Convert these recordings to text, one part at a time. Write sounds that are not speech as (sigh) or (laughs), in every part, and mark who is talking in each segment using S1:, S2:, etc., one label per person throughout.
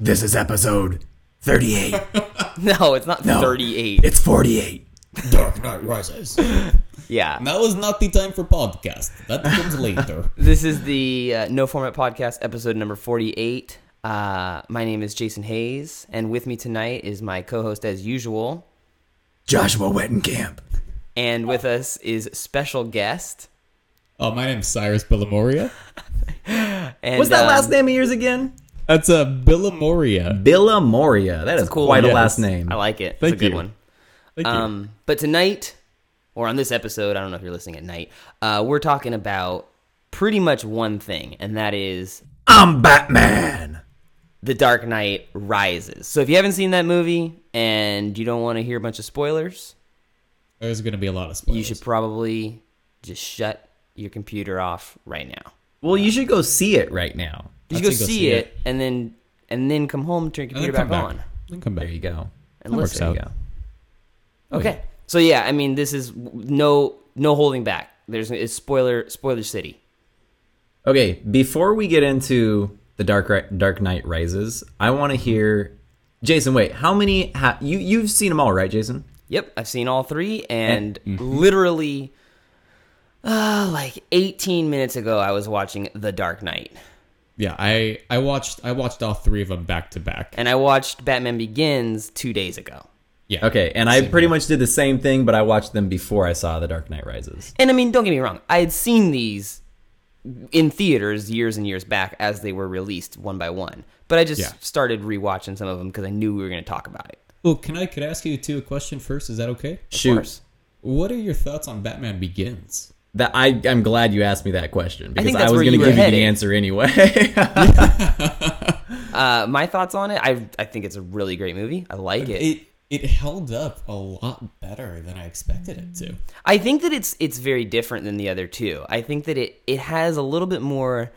S1: This is episode 38.
S2: (laughs) No, it's not
S1: No.
S2: 38.
S1: (laughs) it's 48.
S3: Dark Knight Rises.
S2: yeah.
S3: Now is not the time for podcast. That comes (laughs) later.
S2: This is the uh, No Format Podcast, episode number 48. Uh, my name is Jason Hayes, and with me tonight is my co host, as usual.
S1: Joshua Wettenkamp.
S2: And
S4: Oh.
S2: with us is special guest.
S3: Oh, my name's Cyrus Billamoria.
S2: And,
S4: What's that
S2: um,
S4: last name of yours again?
S3: That's a uh, Billamoria.
S4: Billa Moria. That is
S2: cool
S4: quite
S2: one.
S4: a last
S3: Yes.
S4: name.
S2: I like it.
S3: Thank
S2: it's a good
S3: you.
S2: one.
S3: Thank you.
S2: Um, but tonight, or on this episode, I don't know if you're listening at night, uh, we're talking about pretty much one thing, and that is
S1: I'm Batman.
S2: The Dark Knight Rises. So if you haven't seen that movie and you don't want to hear a bunch of spoilers,
S3: There's going to be a lot of spoilers.
S2: you should probably just shut your computer off right now.
S4: well, you should go see it right now.
S2: You should
S3: I'd
S2: go,
S3: say
S2: see, it, and then and then come home, turn your
S3: And then
S2: computer
S3: come
S2: back,
S3: back.
S2: on,
S3: Then come back.
S4: There you go.
S2: and
S3: works
S2: listen.
S3: out.
S4: There you go.
S2: Okay. So yeah, I mean, this is no no holding back. There's it's spoiler spoiler city.
S4: Okay, before we get into the Dark Ri- Dark Knight Rises, I want to hear Jason. Wait, how many? Ha- you you've seen them all, right, Jason?
S2: Yep, I've seen all three, and
S3: Mm-hmm.
S2: literally, uh, like 18 minutes ago, I was watching The Dark Knight,
S3: Yeah, I I watched I watched all three of them back to back.
S2: and I watched Batman Begins two days ago.
S3: Yeah.
S4: Okay, and I pretty much did the same thing, but I watched them before I saw the Dark Knight Rises.
S2: And I mean, don't get me wrong, I had seen these in theaters years and years back as they were released one by one, but I just
S3: Yeah.
S2: started rewatching some of them because I knew we were going to talk about it.
S3: Well, can I could I ask you two a question first? Is that okay?
S4: Shoot,
S2: course.
S3: What are your thoughts on Batman Begins?
S4: that I I'm glad you asked me that question because
S2: think
S4: I,
S2: that's
S4: was
S2: where
S4: going to
S2: you were
S4: give
S2: headed.
S4: you the answer anyway. (laughs)
S2: Uh, my thoughts on it, I I think it's a really great movie. I like it.
S3: It it held up a lot better than I expected it to.
S2: I think that it's it's very different than the other two. I think that it it has a little bit more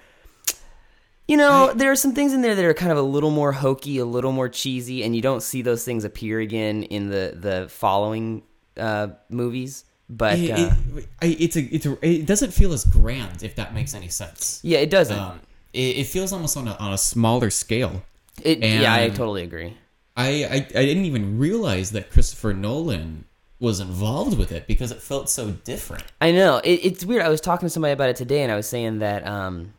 S2: you know, there are some things in there that are kind of a little more hokey, a little more cheesy, and you don't see those things appear again in the the following uh, movies. But
S3: It,
S2: uh,
S3: it, I, it's a, it's a, it doesn't feel as grand if that makes any sense.
S2: yeah, it doesn't.
S3: Um, it, it feels almost on a, on a smaller scale.
S2: it, yeah, I
S3: and-
S2: totally agree.
S3: I, I I didn't even realize that Christopher Nolan was involved with it because it felt so different.
S2: I know it, it's weird. I was talking to somebody about it today, and I was saying that um,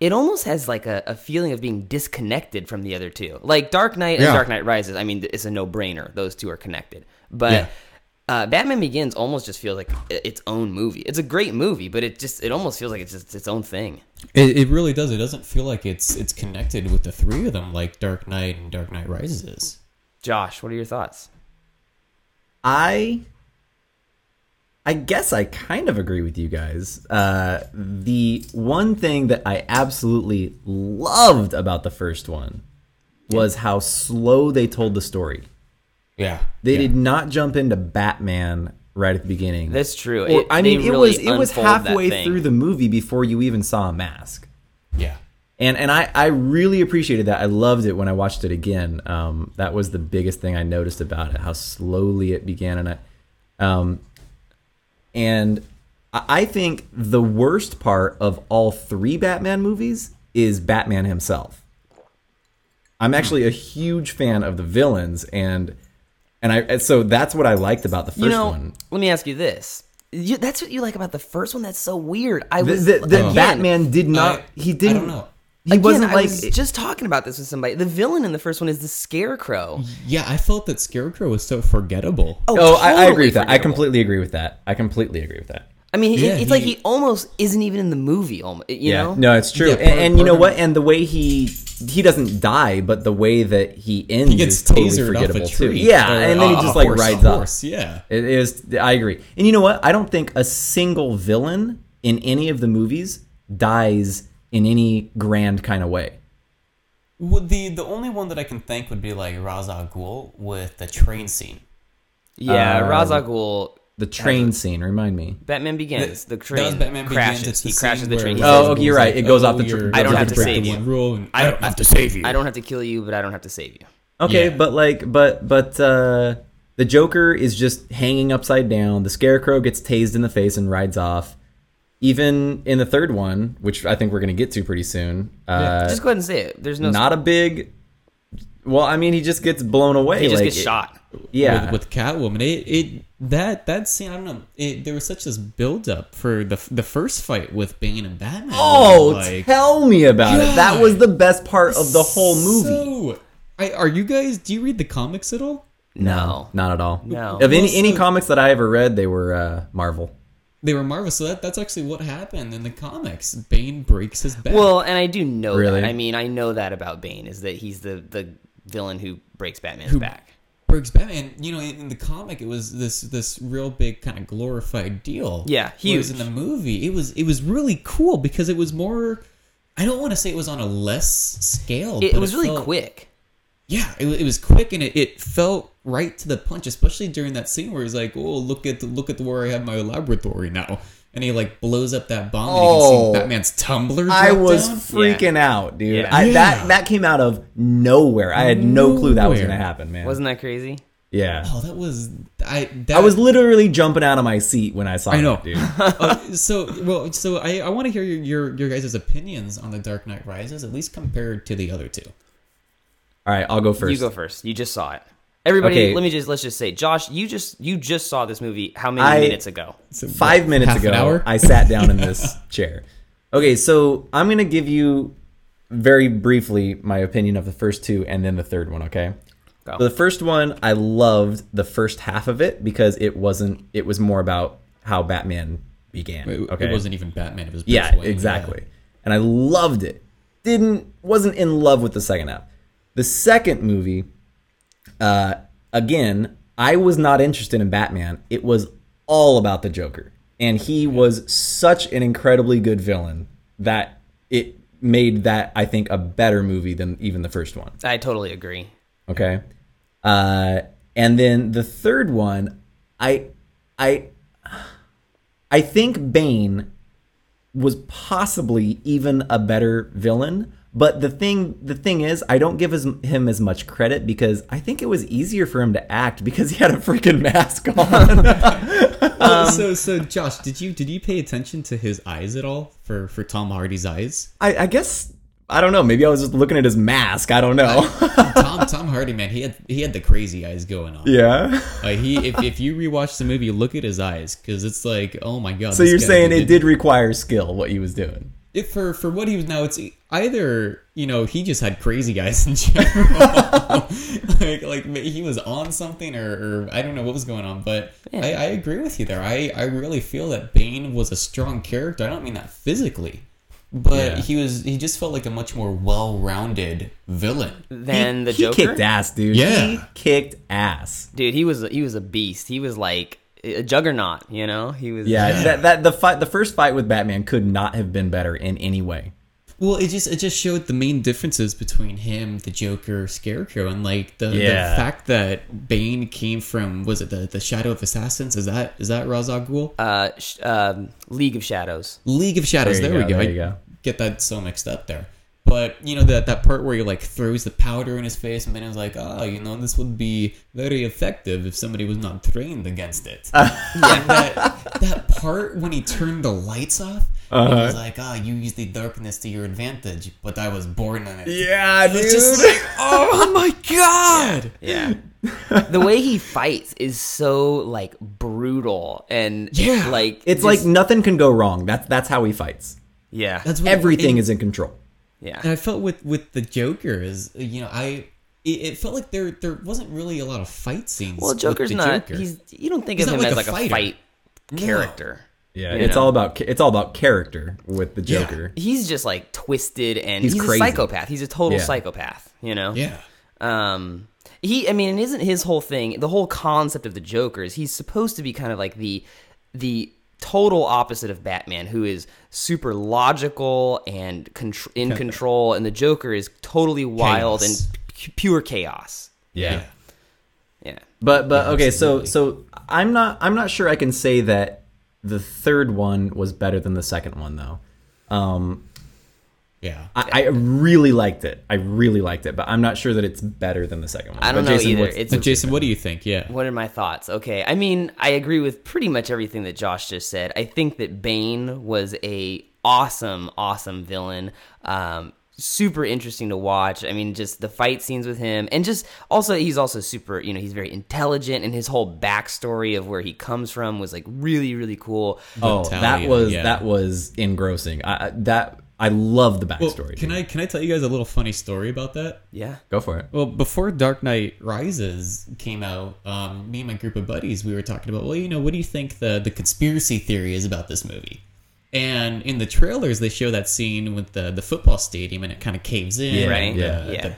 S2: it almost has like a, a feeling of being disconnected from the other two. Like Dark Knight
S3: Yeah.
S2: and Dark Knight Rises. I mean, it's a no brainer. Those two are connected. But
S3: Yeah.
S2: uh, Batman Begins almost just feels like i- its own movie. It's a great movie, but it just it almost feels like it's just its own thing.
S3: It, it really does. It doesn't feel like it's it's connected with the three of them like Dark Knight and Dark Knight Rises is.
S2: Josh, what are your thoughts?
S4: I I guess I kind of agree with you guys. Uh, the one thing that I absolutely loved about the first one was how slow they told the story.
S3: Yeah,
S4: They
S3: yeah.
S4: did not jump into Batman right at the beginning.
S2: That's true.
S4: Or-
S2: It-
S4: I
S2: they
S4: mean, it
S2: really
S4: was it was
S2: unfold that
S4: halfway
S2: thing.
S4: through the movie before you even saw a mask
S3: Yeah,
S4: and and I I really appreciated that. I loved it when I watched it again. Um, that was the biggest thing I noticed about it, how slowly it began, and I, um, and I I think the worst part of all three Batman movies is Batman himself. I'm actually a huge fan of the villains, and and I and so that's what I liked about the first
S2: you know,
S4: one.
S2: let me ask you this. You, that's what you like about the first one. That's so weird. I
S4: The,
S2: was
S4: the, the
S2: again,
S4: Batman did not.
S3: I-
S4: he didn't.
S3: I don't know.
S4: He wasn't
S2: I
S4: like
S2: was just talking about this with somebody. The villain in the first one is the Scarecrow.
S3: yeah. I felt that Scarecrow was so forgettable.
S4: Oh, I, I
S2: totally
S4: agree with that. I
S2: forgettable.
S4: completely agree with that. I completely agree with that.
S2: I mean, it-
S3: Yeah,
S2: it's like
S3: he-
S2: he almost isn't even in the movie. Almost, you know.
S4: no, it's true.
S3: Yeah,
S4: and, and
S3: part-
S4: you know
S3: part
S4: what? And the way he he doesn't die, but the way that he ends
S3: gets
S4: is totally
S3: tasered off
S4: forgettable
S3: a tree. Uh,
S4: too. Yeah,
S3: Or
S4: and then he
S3: off a
S4: just like
S3: horse,
S4: rides
S3: a
S4: up.
S3: horse, Yeah,
S4: It is. I agree. And you know what? I don't think a single villain in any of the movies dies in any grand kind of way.
S3: Would the the only one that I can think would be like Ra's al Ghul with the train scene.
S2: Yeah,
S4: Uh,
S2: Ra's al Ghul,
S4: The train scene. Remind me.
S2: Batman Begins. The,
S3: That
S2: train
S3: was Batman Begins.
S2: crashes.
S3: It's the
S2: he crashes
S3: scene
S2: the
S3: where
S2: train. He
S3: Ra's al
S4: Oh,
S2: says,
S4: okay,
S3: Ghul's
S4: you're right.
S3: like,
S4: It goes off the
S3: you're-
S4: tr-
S3: you're
S4: I don't
S3: breaking
S4: have to
S2: save
S3: one
S2: you.
S3: Rule and I don't have to
S1: save you.
S2: I don't have to kill you, but I don't have to save you.
S4: Okay,
S3: Yeah.
S4: but like, but but uh, the Joker is just hanging upside down. The Scarecrow gets tased in the face and rides off. Even in the third one, which I think we're gonna get to pretty soon, uh,
S2: Just go ahead and say it. There's no.
S4: not a big Well, I mean, he just gets blown away.
S2: He just
S4: like,
S2: gets
S4: it-
S2: shot.
S4: Yeah,
S3: with, with Catwoman. It it that that scene. I don't know. It, there was such this build up for the the first fight with Bane and Batman.
S4: Oh,
S3: Like,
S4: tell me about it. That was
S3: God.
S4: the best part of the whole movie.
S3: So, I, are you guys? Do you read the comics at all?
S2: No.
S4: Not at all.
S2: No.
S4: Of any any
S3: Also-
S4: comics that I ever read, they were uh, Marvel.
S3: They were Marvel, so that, that's actually what happened in the comics. Bane breaks his
S2: (laughs)
S3: back.
S2: Well, and I do know
S4: Really?
S2: that. I mean, I know that about Bane is that he's the the villain who breaks Batman's back.
S3: breaks Batman. You know, in, in the comic, it was this this real big kind of glorified deal.
S2: Yeah,
S3: Whereas
S2: huge.
S3: in the movie, it was it was really cool because it was more. I don't want to say it was on a less scale.
S2: It,
S3: but
S2: was really
S3: felt-
S2: quick.
S3: Yeah, it, wa- it was quick and it, it felt right to the punch, especially during that scene where he's like, "Oh, look at the, look at the, where I have my laboratory now," and he like blows up that bomb and you
S4: Oh.
S3: can see Batman's tumbler.
S4: I
S3: drop
S4: was
S3: down.
S4: freaking out, dude.
S2: Yeah.
S4: I,
S3: Yeah.
S4: That that came out of nowhere. I had no clue that was
S3: Nowhere.
S4: gonna happen, man.
S2: Wasn't that crazy?
S4: yeah.
S3: Oh, that was I. That,
S4: I was literally jumping out of my seat when I saw
S3: I know.
S4: that, dude.
S3: Uh, so well, so I, I want to hear your, your your guys' opinions on the Dark Knight Rises, at least compared to the other two.
S4: All right, I'll go first.
S2: You go first. You just saw it. Everybody,
S4: Okay.
S2: let me just let's just say, Josh, you just you just saw this movie how many
S4: I-
S2: minutes ago?
S3: So,
S4: Five
S3: what,
S4: minutes
S3: half
S4: ago,
S3: an hour?
S4: I sat down in this (laughs) chair. Okay, so I'm gonna give you very briefly my opinion of the first two and then the third one. Okay.
S2: Go.
S4: So the first one, I loved the first half of it because it wasn't. It was more about how Batman began.
S3: It,
S4: okay.
S3: it wasn't even Batman. It was Bruce
S4: Yeah,
S3: Wayne,
S4: exactly. And I loved it. Didn't wasn't in love with the second half. The second movie, uh, again, I was not interested in Batman. It was all about the Joker, and he was such an incredibly good villain that it made that I think a better movie than even the first one.
S2: I totally agree.
S4: Okay. Uh, and then the third one, I, I, I think Bane was possibly even a better villain. But the thing, the thing is, I don't give his, him as much credit because I think it was easier for him to act because he had a freaking mask on.
S3: Oh,
S4: Um,
S3: so so Josh, did you did you pay attention to his eyes at all for for Tom Hardy's eyes?
S4: (laughs) I, I guess I don't know. Maybe I was just looking at his mask. I don't know.
S3: Tom Tom Hardy, man, he had he had the crazy eyes going on.
S4: (laughs) yeah.
S3: Like, he if, if you rewatch the movie, look at his eyes because it's like, oh my god.
S4: So
S3: this
S4: you're
S3: guy
S4: saying it
S3: did-
S4: did require skill what he was doing.
S3: if for for what he was now it's either you know he just had crazy eyes in general (laughs) like like ma- he was on something or, or i don't know what was going on but I, I agree with you there i i really feel that bane was a strong character i don't mean that physically but
S4: Yeah.
S3: he was he just felt like a much more well-rounded villain
S2: Then the
S4: he
S2: Joker,
S4: kicked ass, dude.
S3: Yeah.
S4: He kicked ass.
S2: dude, he was he was a beast. He was like a juggernaut. You know, he was
S4: Yeah, That, that the fight, the first fight with Batman could not have been better in any way.
S3: Well, it just it just showed the main differences between him, the Joker, Scarecrow, and like the,
S4: Yeah.
S3: the fact that Bane came from was it the, the Shadow of Assassins? Is that is that Ra's al Ghul?
S2: Uh, sh- um, League of Shadows.
S3: League of Shadows.
S4: There
S3: There,
S4: you
S3: we
S4: go,
S3: go.
S4: there
S3: I
S4: you go.
S3: Get that so mixed up there. But you know that that part where he like throws the powder in his face, and then was like, "Oh, you know, this would be very effective if somebody was not trained against
S4: (laughs)
S3: it." and that that part when he turned the lights off,
S4: Uh-huh.
S3: and he was like, "Oh, you used the darkness to your advantage, but I was born in it."
S4: Yeah,
S3: It's just like, oh
S4: (laughs)
S3: my god!
S2: Yeah. (laughs) the way he fights is so like brutal and
S3: Yeah.
S2: like
S4: it's
S2: just-
S4: like nothing can go wrong. That's that's how he fights.
S2: yeah,
S3: That's what
S4: Everything
S3: and-
S4: is in control.
S2: yeah.
S3: And I felt with with the Joker is you know I it, it felt like there there wasn't really a lot of fight scenes.
S2: Well,
S3: with
S2: Joker's
S3: the
S2: not.
S3: Joker.
S2: He's you don't think
S3: He's
S2: of him
S3: not
S2: as like
S3: like a
S2: a
S3: fighter.
S2: fight character.
S4: Yeah,
S2: You
S4: it's
S2: know.
S4: all about ca- it's all about character with the Joker.
S2: He's just like twisted and
S4: He's
S2: he's, a
S4: crazy.
S2: psychopath. He's a total
S4: Yeah.
S2: psychopath. You know.
S3: yeah.
S2: Um. He. I mean, it isn't his whole thing. The whole concept of the Joker is he's supposed to be kind of like the the total opposite of Batman, who is super logical and contr in control, and the Joker is totally wild
S3: Chaos.
S2: and pu- pure chaos.
S4: Yeah.
S2: Yeah.
S4: But but okay, so so I'm not I'm not sure I can say that the third one was better than the second one though. Um,
S3: yeah.
S4: I, I really liked it. I really liked it, but I'm not sure that it's better than the second one.
S2: I don't
S4: But
S2: know
S4: Jason,
S2: either.
S4: what's-
S2: It's
S3: Uh, Jason, what do you think? Yeah.
S2: What are my thoughts? Okay, I mean, I agree with pretty much everything that Josh just said. I think that Bane was a awesome, awesome villain. Um, super interesting to watch. I mean, just the fight scenes with him, and just also he's also super. You know, he's very intelligent, and his whole backstory of where he comes from was like really, really cool.
S4: Oh, that
S3: Italian,
S4: was
S3: yeah.
S4: that was engrossing. I, I- that I love the
S3: Well,
S4: backstory.
S3: can I can I tell you guys a little funny story about that?
S2: Yeah,
S4: go for it?
S3: Well, before Dark Knight Rises came out, um, me and my group of buddies we were talking about. Well, you know, what do you think the the conspiracy theory is about this movie? And in the trailers, they show that scene with the the football stadium, and it kind of caves in.
S4: Yeah,
S2: right.
S4: yeah,
S3: the-
S2: yeah.
S3: The,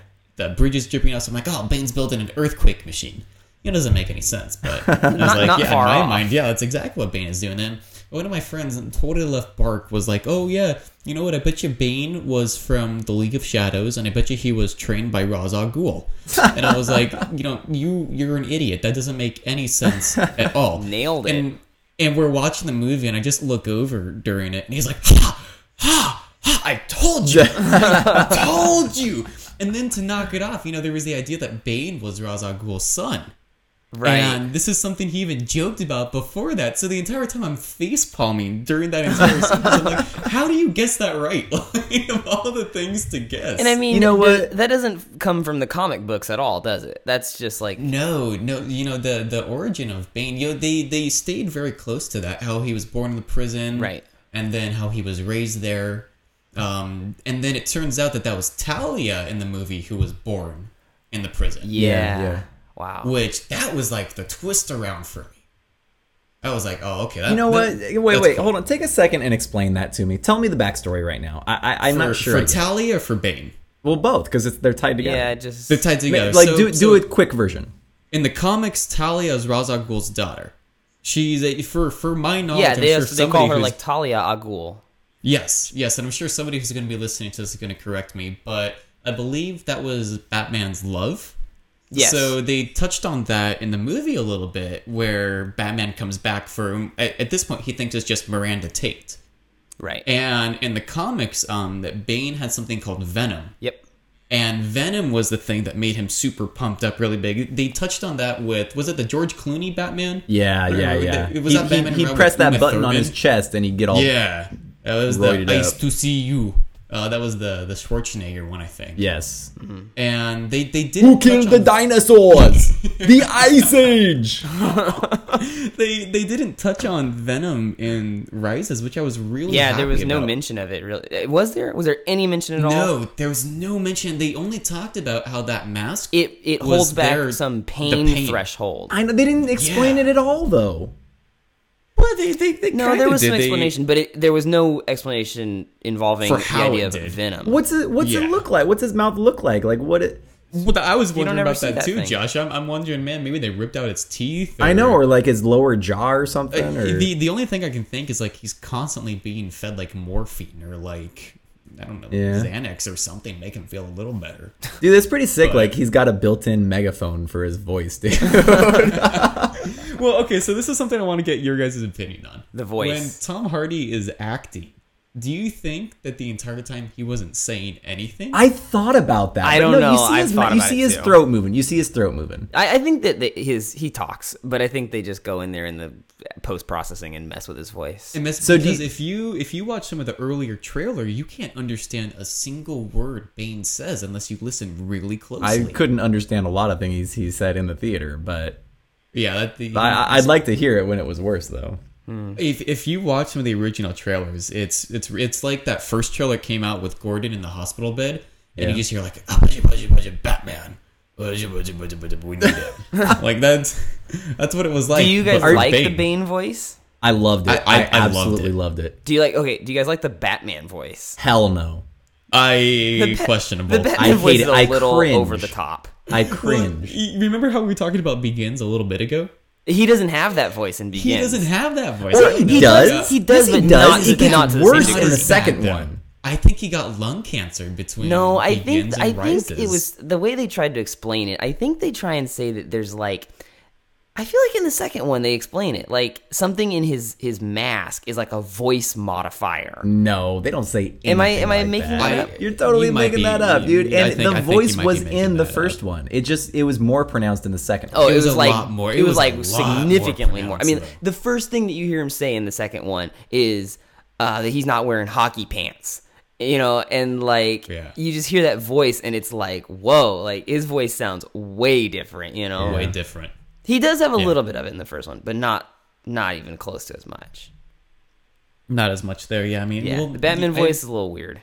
S3: the bridges dripping out. So I'm like, oh, Bane's building an earthquake machine. It doesn't make any
S2: (laughs)
S3: sense, but I was
S2: Not-
S3: like,
S2: not
S3: yeah,
S2: far
S3: in my
S2: off.
S3: mind, yeah, that's exactly what Bane is doing. And one of my friends totally left Bark was like, oh yeah, you know what? I bet you Bane was from the League of Shadows, and I bet you he was trained by Ra's
S2: (laughs)
S3: al Ghul. And I was like, you know, you you're an idiot. That doesn't make any
S2: (laughs)
S3: sense at all.
S2: Nailed it.
S3: And and we're watching the movie, and I just look over during it, and he's like, ha, ha, ha, I told
S2: (laughs)
S3: you, I told you. And then to knock it off, you know, there was the idea that Bane was Ra's al Ghul's son.
S2: right.
S3: And this is something he even joked about before that. So the entire time I'm face palming during that entire sequence. I'm like, (laughs) how do you guess that right? (laughs) Like, of all the things to guess.
S2: and I mean,
S4: You know
S2: th-
S4: what?
S2: That doesn't come from the comic books at all, does it? That's just like
S3: No, no, you know the the origin of Bane. You know they they stayed very close to that. How he was born in the prison,
S2: Right.
S3: And then how he was raised there, um, and then it turns out that that was Talia in the movie who was born in the prison.
S2: yeah,
S4: yeah.
S2: wow.
S3: Which that was like the twist around for me. I was like, oh, okay. That,
S4: You know what?
S3: that-
S4: Wait,
S3: that's
S4: wait,
S3: cool.
S4: hold on. Take a second and explain that to me. Tell me the backstory right now. I, I I'm
S3: For,
S4: not sure.
S3: for
S4: again.
S3: Talia or for Bane.
S4: well, both because they're tied together.
S2: yeah, just
S3: They're tied
S4: Ma-
S3: together.
S4: like
S3: So-
S4: do
S3: so-
S4: do a quick version.
S3: in the comics, Talia is Ra's al Ghul's daughter. She's a, for for my knowledge.
S2: yeah.
S3: I'm
S2: They,
S3: sure
S2: they call
S3: somebody
S2: her
S3: who's-
S2: like Talia Agul.
S3: Yes, yes, and I'm sure somebody who's going to be listening to this is going to correct me, but I believe that was Batman's love.
S2: Yes.
S3: So they touched on that in the movie a little bit, where Batman comes back for at, at this point he thinks it's just Miranda Tate,
S2: right.
S3: and in the comics, um, that Bane had something called Venom,
S2: yep.
S3: and Venom was the thing that made him super pumped up, really big. They touched on that with was it the George Clooney Batman?
S4: Yeah,
S3: Or
S4: yeah,
S3: the-
S4: yeah.
S3: it was
S4: he,
S3: that
S4: he-
S3: Batman
S4: he
S3: around
S4: pressed
S3: with
S4: that
S3: Uma
S4: button on
S3: Thurman?
S4: his chest and he'd get all
S3: Yeah, that was
S4: Roided
S3: the Ice
S4: up.
S3: to See You. Uh, that was the the Schwarzenegger one, I think. (laughs)
S4: yes.
S3: And they they did.
S4: Who killed the dinosaurs?
S3: (laughs)
S4: the Ice Age.
S3: They they didn't touch on Venom in Rises, which I was really
S2: Yeah, there
S3: happy
S2: was no
S3: about.
S2: mention of it really. Eh, Was there? Was there any mention at all?
S3: No, there was no mention. They only talked about how that mask
S2: It it
S3: was
S2: holds back
S3: there-
S2: some
S3: the
S2: pain, threshold.
S4: I know they didn't explain
S3: Yeah.
S4: it at all though.
S3: Well, they, they, they
S2: No,
S3: kinda
S2: there was
S3: did.
S2: some
S3: They-
S2: explanation, but it, there was no explanation involving
S3: For
S2: the
S3: how
S2: idea of
S3: it did.
S2: venom.
S4: What's it what's
S3: Yeah.
S4: it look like? What's his mouth look like? Like what it
S3: Well, I was wondering
S2: ever
S3: about
S2: see
S3: that,
S2: that
S3: too,
S2: thing.
S3: Josh. I'm, I'm wondering, man, maybe they ripped out its teeth.
S4: I know, or like his lower jaw or something
S2: Uh,
S4: or
S3: the the only thing I can think is like he's constantly being fed like morphine or like I don't know
S4: Yeah.
S3: Xanax or something, make him feel a little
S2: (laughs)
S3: better.
S4: Dude, that's pretty sick.
S3: But-
S4: Like he's got a built-in megaphone for his voice, dude.
S2: (laughs)
S3: well, okay, so this is something I want to get your guys' opinion on.
S2: The voice.
S3: When Tom Hardy is acting, do you think that the entire time he wasn't saying anything?
S4: I thought about that.
S2: I
S4: but
S2: don't
S4: You
S2: know.
S4: see
S2: I've
S4: his,
S2: thought
S4: you
S2: about
S4: see
S2: it,
S4: his
S2: too.
S4: throat moving. You see his throat moving.
S2: I, I think that the, his he talks, but I think they just go in there in the post processing and mess with his voice.
S3: And that's
S4: So do
S3: because
S4: you-
S3: if you if you watch some of the earlier trailer, you can't understand a single word Bane says unless you listen really
S4: I
S3: closely.
S4: couldn't understand a lot of things he said in the theater, but
S3: yeah, that, the,
S4: I, I- I'd like to hear it when it was worse, though.
S3: If if you watch some of the original trailers, it's it's it's like that first trailer came out with Gordon in the hospital bed, and
S4: Yeah.
S3: you just hear like "Ah, budget, budget, budget, Batman. Budget, budget, budget, budget, We need
S4: (laughs)
S3: it. like that's that's what it was like.
S2: do you guys
S3: but for
S2: like the Bane voice?
S4: I loved it.
S3: I- I-
S4: I,
S3: I loved
S4: absolutely
S3: it.
S4: loved it.
S2: Do you like okay? Do you guys like the Batman voice?
S4: Hell no.
S3: I
S2: Ba-
S3: questionable.
S2: The
S4: I
S2: Batman
S4: hate
S2: voice
S4: it.
S2: is a
S4: I
S2: little
S4: cringe.
S2: over the top.
S4: I cringe.
S3: You remember how we were talking about Begins a little bit ago?
S2: He doesn't have that voice in
S3: He
S2: Begins.
S3: doesn't have that voice.
S4: Or
S3: I didn't
S4: he
S3: know
S4: does.
S3: that.
S2: He does,
S4: Yes,
S2: but not
S4: does.
S2: to-
S4: It gets
S2: not to the same
S4: worse
S2: degree.
S4: in the
S3: Not as bad,
S4: second
S3: though.
S4: one.
S3: I think he got lung cancer between.
S2: No, I
S3: Begins
S2: think
S3: and
S2: I think it
S3: Rises.
S2: was the way they tried to explain it. I think they try and say that there's like I feel like in the second one they explain it. Like something in his his mask is like a voice modifier.
S3: Mm.
S4: No, they don't say. Anything
S2: Am I- am I
S4: like
S2: making
S4: that.
S2: that
S3: up? I-
S4: You're totally
S3: you might
S4: making
S3: be-
S4: that up, dude.
S3: you- I
S4: And
S3: think- I think
S4: the
S3: you
S4: voice
S3: might be
S4: was
S3: making
S4: in the
S3: that
S4: first one. It just it was more pronounced in the second.
S2: Oh,
S4: one.
S2: it,
S3: It
S2: was,
S3: was a
S2: like
S3: lot more-
S2: It,
S3: it
S2: was,
S3: was a
S2: like
S3: lot
S2: significantly
S3: more
S2: more. I mean,
S3: pronounced,
S2: the first thing that you hear him say in the second one is uh, that he's not wearing hockey pants. you know, and like
S3: Yeah.
S2: you just hear that voice, and it's like, whoa, like his voice sounds way different, you know.
S3: Way different.
S2: He does have a
S3: Yeah.
S2: little bit of it in the first one, but not not even close to as much.
S3: Not as much there. Yeah, I mean,
S2: Yeah,
S3: well,
S2: the Batman
S3: I-
S2: voice is a little weird.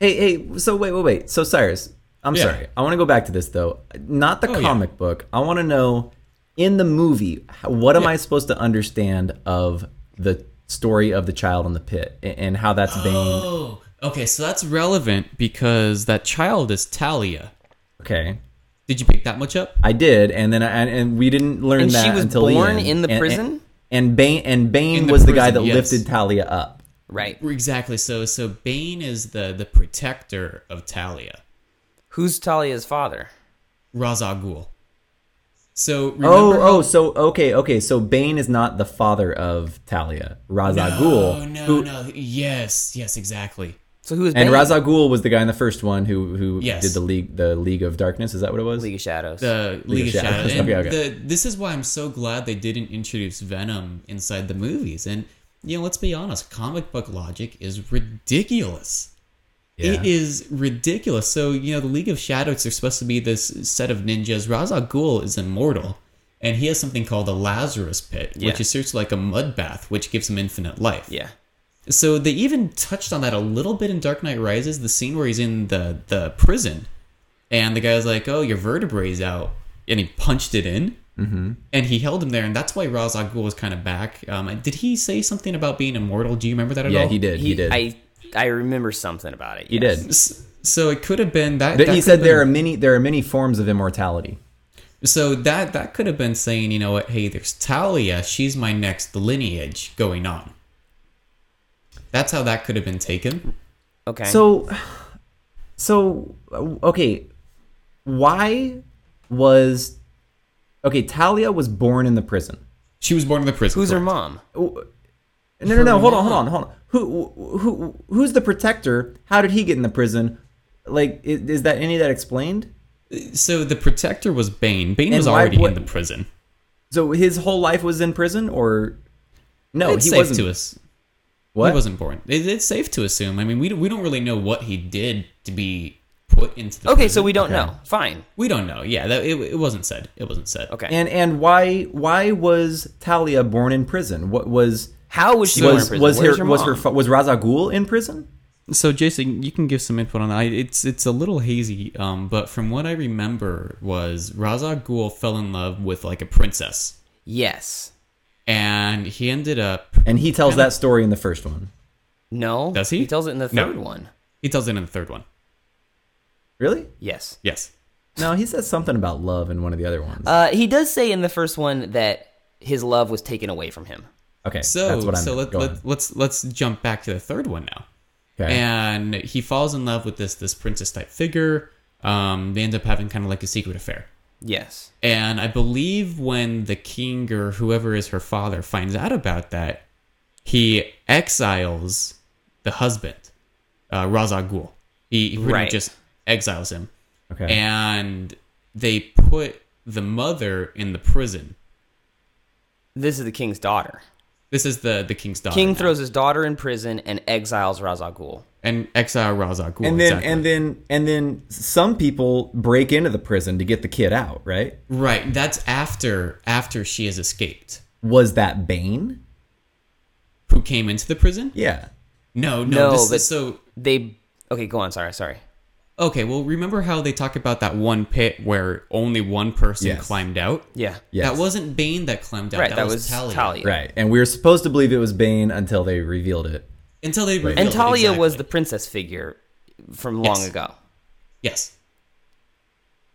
S4: Hey, hey, so wait, wait, wait. So Cyrus, I'm
S3: Yeah.
S4: sorry. I want to go back to this though. Not the
S3: Oh, yeah.
S4: comic book. I want to know in the movie, h- what am I supposed to understand of the story of the child in the pit a- and how
S3: (gasps)
S4: that's Bane?
S3: Oh, okay. So that's relevant because that child is Talia.
S4: Okay.
S3: Did you pick that much up?
S4: I did, and then I, and, and we didn't learn
S2: And she
S4: that
S2: was
S4: until the
S2: born
S4: end.
S2: in the
S4: And- and-
S2: prison?
S4: And Bane and Bane
S3: In the
S4: was the guy that
S3: prison, yes.
S4: lifted Talia up.
S2: Right.
S3: Exactly. So so Bane is the the protector of Talia,
S2: Who's Talia's father?
S3: Ra's al Ghul. So remember
S4: Oh,
S3: how-
S4: oh, so okay, okay, so Bane is not the father of Talia. Ra's al Ghul,
S3: Oh no,
S4: who-
S3: no. Yes, yes, exactly.
S2: So who is
S4: and
S2: Bane?
S4: Ra's al Ghul was the guy in the first one who who
S3: Yes.
S4: did the league the League of Darkness. Is that what it was?
S2: League of Shadows.
S3: The League, of Shadows.
S2: (laughs)
S4: Shadows.
S3: And
S4: Okay, okay.
S3: The, this is why I'm so glad they didn't introduce Venom inside the movies. And you know, let's be honest, comic book logic is ridiculous. It is ridiculous. So, you know, the League of Shadows are supposed to be this set of ninjas. Ra's al Ghul is immortal, and he has something called a Lazarus pit,
S2: Yeah.
S3: which is sort of like a mud bath, which gives him infinite life.
S2: yeah.
S3: So they even touched on that a little bit in Dark Knight Rises, the scene where he's in the, the prison, and the guy's like, oh, your vertebrae's out, and he punched it in. Mm-hmm. And he held him there, and that's why Ra's al Ghul was kind of back. Um, did he say something about being immortal? Do you remember that at all?
S4: yeah, he did. He, did.
S2: I I remember something about it.
S4: he
S2: yes.
S4: did.
S3: S- So it could have been that.
S4: Th-
S3: that
S4: he
S3: could
S4: said
S3: have been- (laughs)
S4: there are many there are many forms of immortality.
S3: So that that could have been saying, you know what? Hey, there's Talia. She's my next lineage going on. That's how that could have been taken.
S2: Okay.
S4: So, so okay, why was okay? Talia was born in the prison.
S3: She was born in the prison.
S2: who's her
S3: correct?
S2: mom?
S4: No, no, no. Hold on, hold on, hold on. Who, who, who's the protector? How did he get in the prison? Like, is, is that any of that explained?
S3: So the protector was Bane. Bane
S4: And
S3: was
S4: why
S3: already
S4: would-
S3: in the prison.
S4: So his whole life was in prison, or no?
S3: it's
S4: he
S3: safe
S4: wasn't.
S3: to us.
S4: What?
S3: He wasn't born. It, it's safe to assume. I mean, we don't, we don't really know what he did to be put into the.
S2: Okay,
S3: prison.
S2: so we don't know. Fine.
S3: we don't know. Yeah, that, it, it wasn't said. It wasn't said.
S2: Okay.
S4: And and why why was Talia born in prison? What was
S2: How was she
S4: was
S2: born in prison?
S4: was
S2: Where's
S4: her was her
S2: mom?
S4: fa- was Raza Ghul in prison?
S3: So Jason, you can give some input on that. I- It's it's a little hazy, um, but from what I remember was Raza Ghul fell in love with like a princess,
S2: Yes.
S3: and he ended up.
S4: And he tells that story in the first one.
S2: No.
S3: Does he?
S2: He tells it in the
S3: No.
S2: third one.
S3: He tells it in the third one.
S4: Really?
S2: Yes.
S3: Yes.
S4: No, he says something about love in one of the other ones.
S2: Uh, he does say in the first one that his love was taken away from him.
S4: okay,
S3: So
S4: that's what I'm
S3: so let,
S4: going.
S3: let, let's let's jump back to the third one now,
S4: okay.
S3: and he falls in love with this this princess type figure. Um, they end up having kind of like a secret affair.
S2: Yes.
S3: And I believe when the king or whoever is her father finds out about that, he exiles the husband, uh, Ra's al Ghul. He, he pretty
S2: Right.
S3: much just exiles him.
S4: okay.
S3: And they put the mother in the prison.
S2: This is the king's daughter.
S3: This is the, the king's daughter.
S2: King
S3: now.
S2: throws his daughter in prison and exiles Ra's al Ghul.
S3: and exile Ra's al Ghul.
S4: and then
S3: exactly.
S4: and then and then some people break into the prison to get the kid out, right?
S3: right, that's after after she has escaped.
S4: Was that Bane?
S3: Who came into the prison?
S4: Yeah.
S3: No, no.
S2: No,
S3: this
S2: but
S3: is so
S2: they. Okay, go on. Sorry, sorry.
S3: Okay, well, remember how they talk about that one pit where only one person
S4: Yes.
S3: climbed out?
S2: Yeah.
S4: Yes.
S3: That wasn't Bane that climbed out.
S2: Right.
S3: that,
S2: That,
S3: was,
S2: was
S3: Talia.
S2: Talia.
S4: Right. And we were supposed to believe it was Bane until they revealed it.
S3: Until they revealed
S2: And
S3: it,
S2: Talia was the
S3: exactly.
S2: princess figure from long
S3: Yes.
S2: ago.
S3: yes.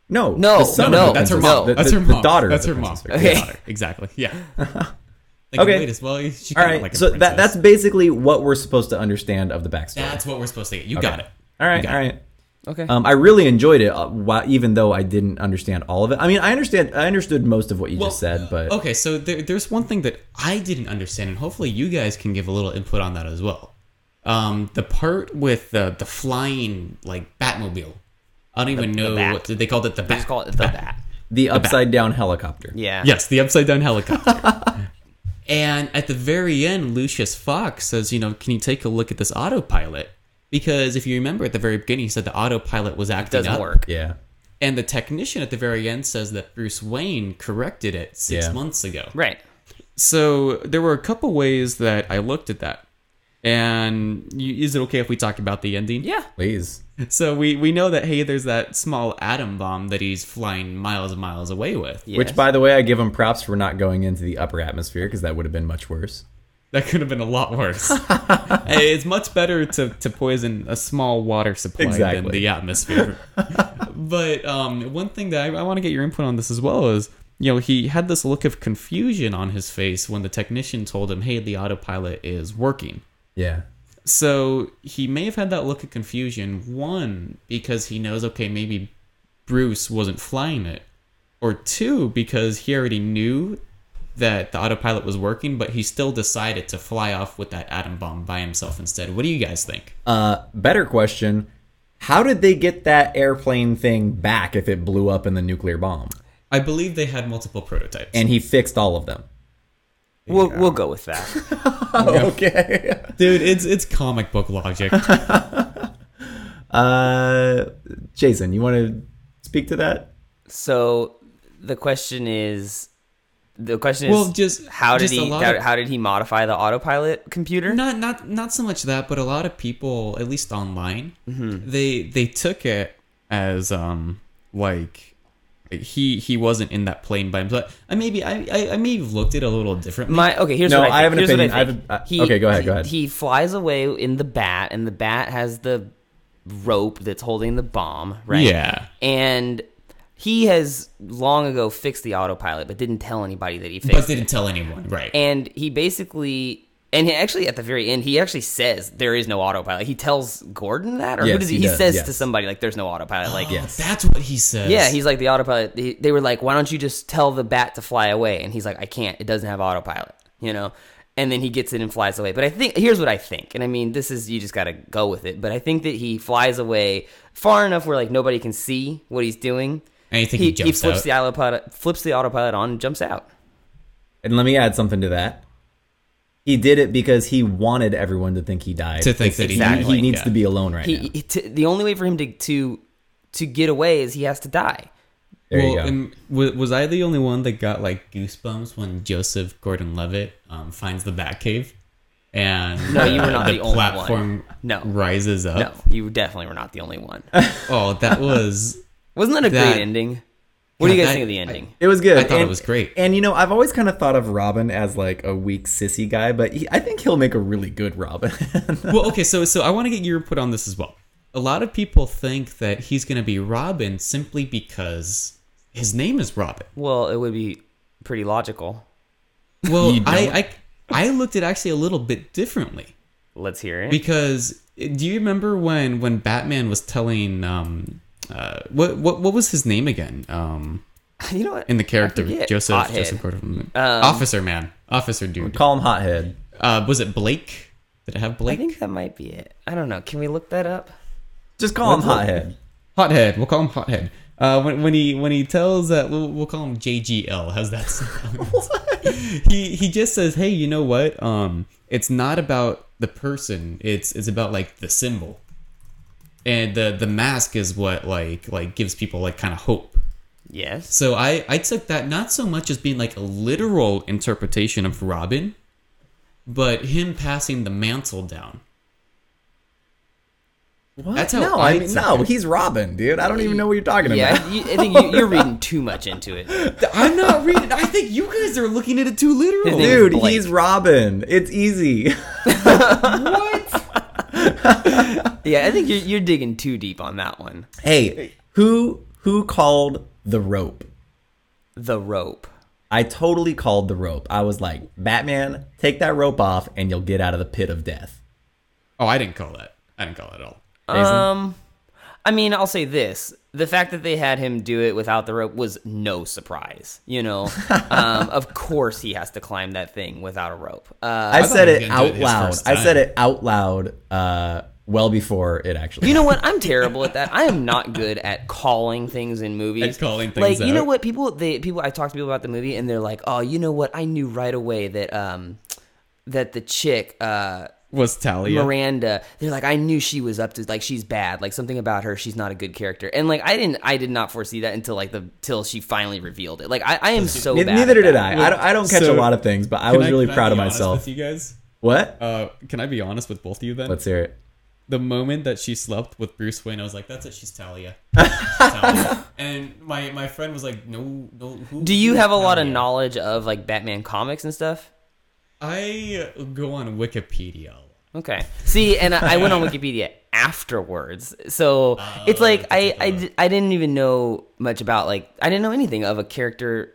S4: No.
S2: No,
S4: the son
S2: no,
S4: of
S2: no,
S4: the
S3: That's her
S4: princess-
S3: mom.
S4: the-
S3: that's
S4: the-
S3: her mom.
S4: The daughter. of
S3: That's
S4: the
S3: her mom.
S4: princess.
S2: Okay.
S3: The daughter. Exactly. Yeah.
S4: (laughs)
S3: like,
S4: Okay.
S3: Wait, as well, she
S4: All
S3: kinda
S4: right.
S3: like a
S4: so that,
S3: princess.
S4: that's basically what we're supposed to understand of the backstory.
S3: that's what we're supposed to get. You got it.
S4: all
S3: You
S4: right.
S3: got
S4: All
S3: it.
S4: right.
S2: Okay.
S4: Um, I really enjoyed it, uh, why, even though I didn't understand all of it. I mean, I understand. I understood most of what you
S3: Well, oh,
S4: just said, but
S3: okay. So there, there's one thing that I didn't understand, and hopefully you guys can give a little input on that as well. Um, the part with the the flying like Batmobile. I don't even know
S2: bat.
S3: what they called it. The bat.
S2: Let's call it the bat.
S4: the upside down helicopter.
S2: Yeah.
S3: Yes, the upside down helicopter. (laughs) and at the very end, Lucius Fox says, "You know, can you take a look at this autopilot?" Because if you remember at the very beginning, he said the autopilot was acting
S2: doesn't
S3: up.
S2: work.
S4: Yeah.
S3: And the technician at the very end says that Bruce Wayne corrected it six
S4: Yeah.
S3: months ago.
S2: Right.
S3: So there were a couple ways that I looked at that. And you, is it okay if we talk about the ending?
S2: Yeah.
S4: Please.
S3: (laughs) So we, we know that, hey, there's that small atom bomb that he's flying miles and miles away with.
S2: Yes.
S4: Which, by the way, I give him props for not going into the upper atmosphere because that would have been much worse.
S3: That could have been a lot worse. it's much better to, to poison a small water supply than
S4: Exactly.
S3: the atmosphere. but um, one thing that I, I want to get your input on this as well is, you know, he had this look of confusion on his face when the technician told him, hey, the autopilot is working.
S4: Yeah.
S3: So he may have had that look of confusion. One, because he knows, okay, maybe Bruce wasn't flying it. Or two, because he already knew that the autopilot was working, but he still decided to fly off with that atom bomb by himself instead. What do you guys think?
S4: Uh, better question. How did they get that airplane thing back if it blew up in the nuclear bomb?
S3: I believe they had multiple prototypes.
S4: And he fixed all
S2: (laughs)
S4: of them.
S2: We'll we'll go with that.
S3: (laughs)
S2: Oh,
S4: Okay.
S3: Dude, it's it's comic book
S4: (laughs)
S3: logic.
S4: Uh, Jason, you want to speak to that?
S2: So the question is, the question is,
S3: Well, just-
S2: how did
S3: just a
S2: he
S3: lot
S2: how,
S3: of-
S2: how did he modify the autopilot computer?
S3: not not not so much that, but a lot of people, at least online,
S2: Mm-hmm.
S3: they they took it as um like he he wasn't in that plane by himself. I maybe I I, I may have looked at it a little differently.
S2: My okay. Here's
S4: No,
S2: what I, think.
S4: I have an
S2: here's
S4: opinion.
S2: What
S4: I
S2: I
S4: have
S2: think.
S4: a- uh, okay, go ahead, go ahead.
S2: He, he flies away in the bat, and the bat has the rope that's holding the bomb, right?
S3: Yeah.
S2: And he has long ago fixed the autopilot, but didn't tell anybody that he fixed.
S3: but
S2: it.
S3: didn't tell anyone, right?
S2: and he basically and he actually at the very end he actually says there is no autopilot he tells gordon that or who
S4: Yes,
S2: does he,
S4: he
S2: he
S4: does,
S2: says
S4: yes.
S2: to somebody like there's no autopilot like
S4: yes.
S3: That's what he says.
S2: yeah he's like the autopilot they, they were like why don't you just tell the bat to fly away and he's like i can't it doesn't have autopilot you know and then he gets it and flies away but i think here's what i think and i mean this is you just gotta go with it but i think that he flies away far enough where like nobody can see what he's doing
S3: And you think he jumps
S2: flips
S3: out?
S2: the autopilot flips the autopilot on and jumps out
S4: And let me add something to that. He did it because he wanted everyone to think he died.
S3: To think that he-
S4: he,
S2: Exactly.
S4: needs
S3: Yeah.
S4: to be alone right now.
S2: he, he- to, the only way for him to to to get away is he has to die.
S4: There
S3: well,
S4: you go.
S3: and wa- was I the only one that got like goosebumps when Joseph Gordon-Levitt um, finds the Batcave, and
S2: No, you were not the only one.
S3: platform
S2: No.
S3: rises up?
S2: No, you definitely were not the only one. (laughs)
S3: Oh, that
S4: (laughs)
S3: was
S2: Wasn't that a
S3: That-
S2: great ending? What do you
S3: Yeah,
S2: guys
S3: that-
S2: think of the ending?
S4: It was good.
S3: I thought it
S4: And-
S3: was great.
S4: And you know, I've always kind of thought of Robin as like a weak sissy guy, but he, I think he'll make a really good Robin. (laughs)
S3: well, okay, so so I want to get your input on this as well. A lot of people think that he's going to be Robin simply because his name is Robin.
S2: well, it would be pretty logical.
S3: Well,
S4: You don't-
S3: I, I I looked at it actually a little bit differently
S2: Let's hear it.
S3: because uh, do you remember when when Batman was telling um uh what what what was his name again um
S2: (laughs) you know what?
S3: in the character
S2: I forget.
S3: Joseph
S2: Hothead. Um,
S3: Joseph Gordon Officer Man Officer dude
S4: Call him Hothead.
S3: uh was it Blake did it have
S2: I
S3: Blake
S2: think that might be it. I don't know. Can we look that up?
S4: Just call him
S3: What-
S4: Hothead.
S3: Hothead. We'll call him Hothead. Uh, when, when he when he tells that we'll, we'll call him JGL. How's that sound? (laughs) He he just says, "Hey, you know what? Um, it's not about the person. It's it's about like the symbol, and the the mask is what like like gives people like kind of hope."
S2: Yes.
S3: So I I took that not so much as being like a literal interpretation of Robin, but him passing the mantle down.
S4: What?
S3: That's how
S4: no,
S3: I
S4: I mean,
S3: took
S4: no,
S3: it.
S4: he's Robin, dude. I don't even know what you're talking about.
S2: Yeah, you, I think you, you're reading too much into it.
S3: I'm not reading.
S4: (laughs)
S3: I think you guys are looking at it too
S2: His
S3: literal.
S2: name is
S4: Dude,
S2: Blake.
S4: he's Robin. It's easy. (laughs)
S2: Yeah, I think you're, you're digging too deep on that one.
S4: hey, who who called the rope?
S2: The rope.
S4: I totally called the rope. I was like, Batman, take that rope off, and you'll get out of the pit of death.
S3: Oh, I didn't call that. I didn't call that at all.
S4: Jason?
S2: Um, I mean, I'll say this: the fact that they had him do it without the rope was no surprise. You know, um, of course he has to climb that thing without a rope. Uh,
S4: I,
S3: thought
S4: said
S3: he was
S4: it
S3: gonna do it
S4: out
S3: his
S4: loud.
S3: first
S4: I said
S3: time.
S4: it out loud uh, well before it actually.
S2: you know what? I'm terrible at that. I am not good at calling things in movies.
S3: At calling
S2: like
S3: things
S2: you know
S3: out.
S2: what people they people I talk to people about the movie and they're like, oh, you know what? I knew right away that um that the chick uh
S3: was Talia.
S2: Miranda, they're like, I knew she was up to like she's bad, like something about her, she's not a good character, and like I didn't, I did not foresee that until like the till she finally revealed it. Like I, I am so
S4: Ne-
S2: bad.
S4: neither
S2: at
S4: did
S2: that.
S4: I. I don't, I don't catch
S3: So-
S4: a lot of things, but I
S3: Can
S4: was really
S3: can
S4: proud
S3: be
S4: of
S3: honest
S4: myself.
S3: With you guys,
S4: What?
S3: uh, can I be honest with both of you then?
S4: Let's hear it.
S3: the moment that she slept with Bruce Wayne, I was like, "That's it, she's Talia."
S2: (laughs)
S3: She's Talia. and my my friend was like, "No, no." Who,
S2: Do you
S3: who's
S2: have a lot of
S3: Talia?"
S2: knowledge of like Batman comics and stuff?
S3: I go on Wikipedia.
S2: Okay. See, and I, I
S3: (laughs)
S2: went on Wikipedia afterwards, so
S3: Oh,
S2: it's like I, I, di- I didn't even know much about like I didn't know anything of a character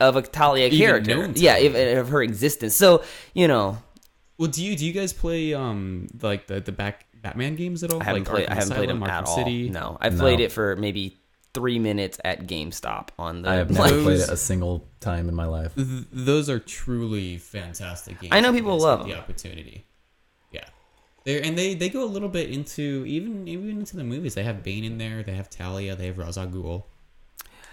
S2: of a Talia
S3: Even
S2: character.
S3: known
S2: Yeah,
S3: Talia.
S2: if, of her existence. So you know,
S3: Well, do you do you guys play um like the the back Batman games at all?
S2: I haven't
S3: like
S2: played.
S3: Arkham
S2: I haven't played
S3: Asylum,
S2: them
S3: Arkham
S2: at all.
S3: City?
S2: No, I
S4: No.
S2: played it for maybe three minutes at GameStop on the.
S4: I have never
S2: like- (laughs)
S4: played it a single time in my life.
S3: Th- those are truly fantastic games.
S2: I know
S3: if you
S2: people
S3: guys
S2: love
S3: get the
S2: them.
S3: opportunity. Yeah, they and they they go a little bit into even even into the movies. They have Bane in there. They have Talia. They have Ra's al Ghul.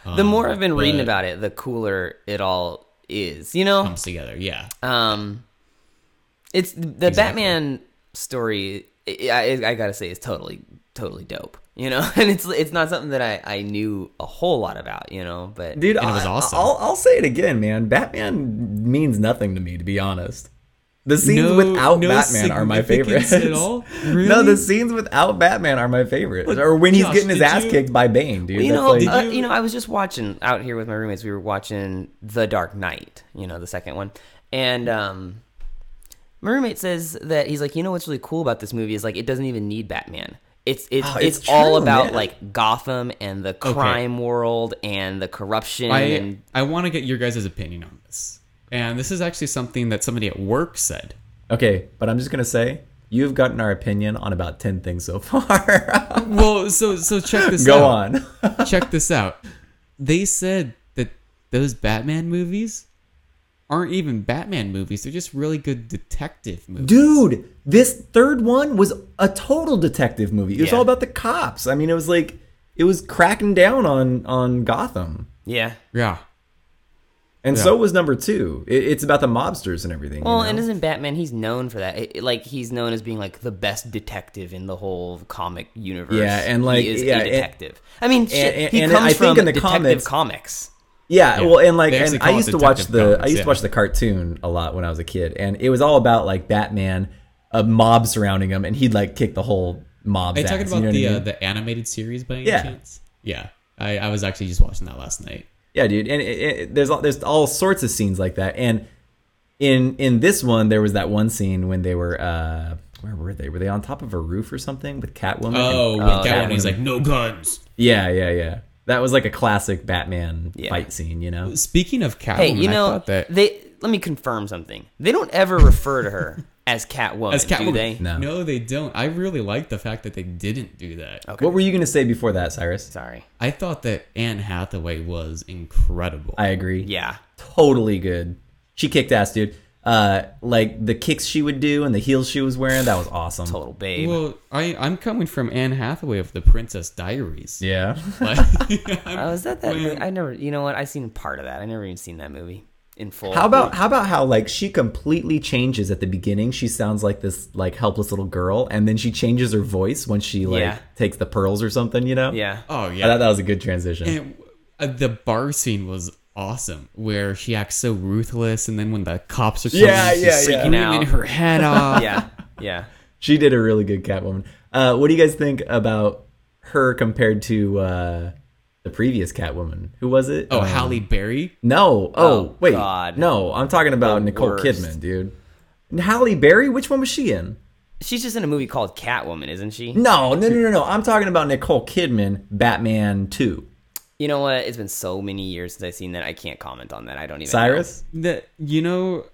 S2: The more I've been reading
S3: but- Oh,
S2: about it, the cooler it all is. You know,
S3: Comes together. Yeah.
S2: um, it's the Batman story. I, I, I gotta say, is totally totally dope. You know, (laughs) and it's it's not something that I I knew a whole lot about. You know, but
S4: Dude,
S3: And it was
S4: I,
S3: awesome.
S4: I'll, I'll say it again, man. Batman means nothing to me, to be honest. The scenes
S3: No-
S4: without
S3: no
S4: Batman are my
S3: significance
S4: favorites.
S3: at all?
S4: (laughs) No,
S3: Really?
S4: the scenes without Batman are my favorites. or when he's
S3: Josh,
S4: getting his
S3: did
S4: ass
S3: you-
S4: kicked by Bane, dude.
S2: you
S4: That's
S2: know,
S4: like-
S2: uh,
S3: Did you-
S2: you know, I was just watching out here with my roommates. We were watching The Dark Knight, you know, the second one, and um, my roommate says that he's like, you know, what's really cool about this movie is like it doesn't even need Batman. It's it's
S4: Oh,
S2: it's,
S4: it's
S2: all
S4: true,
S2: about
S4: man.
S2: like Gotham and the crime world and the corruption
S3: I
S2: and
S3: I want to get your guys' opinion on this. And this is actually something that somebody at work said.
S4: okay, but I'm just going to say, you've gotten our opinion on about 10 things so far. (laughs)
S3: Well, so so check this out.
S4: Go on.
S3: check this out. They said that those Batman movies aren't even Batman movies. They're just really good detective movies.
S4: (laughs) Dude, this third one was a total detective movie. It was
S2: Yeah.
S4: all about the cops. I mean, it was like it was cracking down on on Gotham,
S2: yeah.
S3: Yeah.
S4: and so was number two. It, it's about the mobsters and everything. you
S2: Well,
S4: know?
S2: and isn't Batman? He's known for that. It- it- like he's known as being like the best detective in the whole comic universe.
S4: Yeah, and, like,
S2: he is
S4: yeah,
S2: a
S4: and-
S2: detective. I mean, shit,
S4: and-
S2: he
S4: and
S2: comes
S4: I think
S2: from
S4: in the
S2: detective
S4: comics-
S2: comics.
S4: Yeah, well, and like,
S3: They actually
S4: and
S3: call
S4: I
S3: it
S4: used to watch
S3: Detective
S4: the
S3: Comics,
S4: I used
S3: yeah.
S4: to watch the cartoon a lot when I was a kid, and it was all about like Batman, a mob surrounding him, and he'd like kick the whole mob.
S3: Are you talking about
S4: you know
S3: the
S4: what I
S3: uh,
S4: mean?
S3: the animated series by any
S4: Yeah.
S3: chance? Yeah. I, I was actually just watching that last night.
S4: yeah, dude, and it, it, there's all, there's all sorts of scenes like that, and in in this one there was that one scene when they were uh where were they were they on top of a roof or something with Catwoman?
S3: Oh,
S4: And-
S3: with that one, he's like, no guns.
S4: yeah, yeah, yeah. That was like a classic Batman fight scene, you know.
S3: Speaking of Catwoman,
S4: Oh,
S2: Hey, you
S3: I
S2: know,
S3: thought that
S2: they let me confirm something. They don't ever refer to
S4: (laughs)
S2: her as Catwoman,
S3: as Catwoman,
S2: do they?
S4: No.
S3: no, they don't. I really like the fact that they didn't do that.
S4: What were you gonna say before that, Cyrus?
S2: Sorry.
S3: I thought that Anne Hathaway was incredible.
S4: I agree.
S2: Yeah.
S4: totally good. She kicked ass, dude. Uh, like the kicks she would do and the heels she was wearing, that was awesome.
S2: Total babe.
S3: well, I I'm coming from Anne Hathaway of the Princess Diaries.
S4: Yeah.
S3: Like, (laughs)
S2: oh, is that that?
S3: Well-
S2: movie? I never. You know what? I seen part of that. I never even seen that movie in full.
S4: How about how about how like she completely changes at the beginning? She sounds like this like helpless little girl, and then she changes her voice when she like
S2: Yeah.
S4: takes the pearls or something. You know?
S2: Yeah.
S3: oh yeah.
S4: I thought that was a good transition.
S3: And uh, the bar scene was awesome, where she acts so ruthless, and then when the cops are coming,
S4: Yeah,
S3: she's
S4: yeah, yeah.
S3: screaming
S2: Now-
S3: her head off.
S2: Yeah. Yeah.
S4: she did a really good Catwoman. Uh, what do you guys think about her compared to uh, the previous Catwoman? Who was it?
S3: Oh,
S4: Um,
S3: Halle Berry.
S4: No. Oh,
S2: Oh,
S4: wait.
S2: God.
S4: No, I'm talking about Nicole
S2: worst.
S4: Kidman, dude. And Halle Berry, which one was she in?
S2: She's just in a movie called Catwoman, isn't she?
S4: No, no, no, no, no. I'm talking about Nicole Kidman, Batman 2.
S2: You know what? It's been so many years since I've seen that. I can't comment on that. I don't even.
S4: Cyrus?
S3: That you know,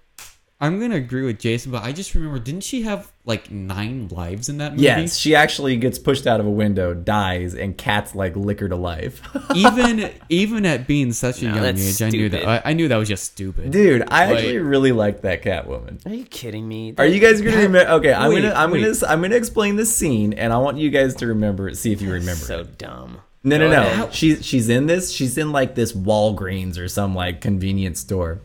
S3: I'm gonna agree with Jason, but I just remember, didn't she have like nine lives in that movie?
S2: (laughs)
S4: Yes, she actually gets pushed out of a window, dies, and cat's like liquor to life. (laughs)
S3: even even at being such a young age,
S2: that's
S3: I knew
S2: stupid.
S3: that I, I knew that was just stupid.
S4: Dude, I actually really like that Catwoman.
S2: Know. Are you kidding me?
S4: Are you guys gonna remember? Okay, I'm
S3: wait,
S4: gonna, I'm
S3: wait.
S4: gonna, I'm gonna explain this scene, and I want you guys to remember it. See if you remember. it.
S2: so dumb?
S4: No, no,
S2: Go
S4: no.
S2: ahead.
S4: She's she's in this. She's in like this Walgreens or some like convenience store.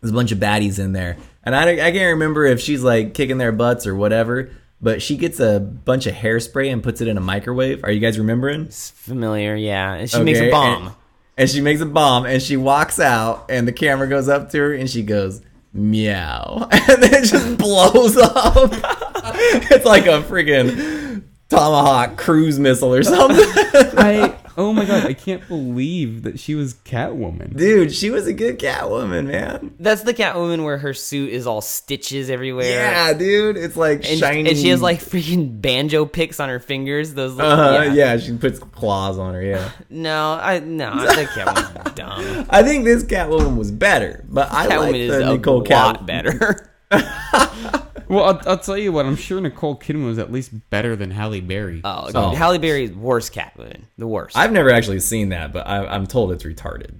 S4: There's a bunch of baddies in there, and I, I can't remember if she's like kicking their butts or whatever. But she gets a bunch of hairspray and puts it in a microwave. Are you guys remembering?
S2: It's familiar, yeah. And she makes a
S4: Okay,
S2: bomb.
S4: And, and she makes a bomb and she walks out and the camera goes up to her and she goes, meow. (laughs) And then it just blows (laughs) up. it's like a freaking tomahawk cruise missile or something.
S2: (laughs)
S3: I oh my god, I can't believe that she was Catwoman.
S4: Dude, she was a good Catwoman, man.
S2: That's the Catwoman where her suit is all stitches everywhere.
S4: Yeah, dude. It's like
S2: And,
S4: shiny.
S2: and she has
S4: (laughs)
S2: like freaking banjo picks on her fingers. Those, little,
S4: Uh,
S2: yeah.
S4: yeah. she puts claws on her, yeah.
S2: No, I no, that Catwoman's
S4: (laughs)
S2: dumb.
S4: I think this Catwoman was better, but I
S2: Catwoman
S4: like
S2: is
S4: the
S2: a
S4: Nicole
S2: lot
S4: Cat.
S2: better. (laughs)
S3: Well, I'll, I'll tell you what, I'm sure Nicole Kidman was at least better than Halle Berry.
S2: Oh,
S4: Oh.
S2: God. Halle Berry's worst Catwoman, the worst.
S4: I've never actually seen that, but I, I'm told it's retarded.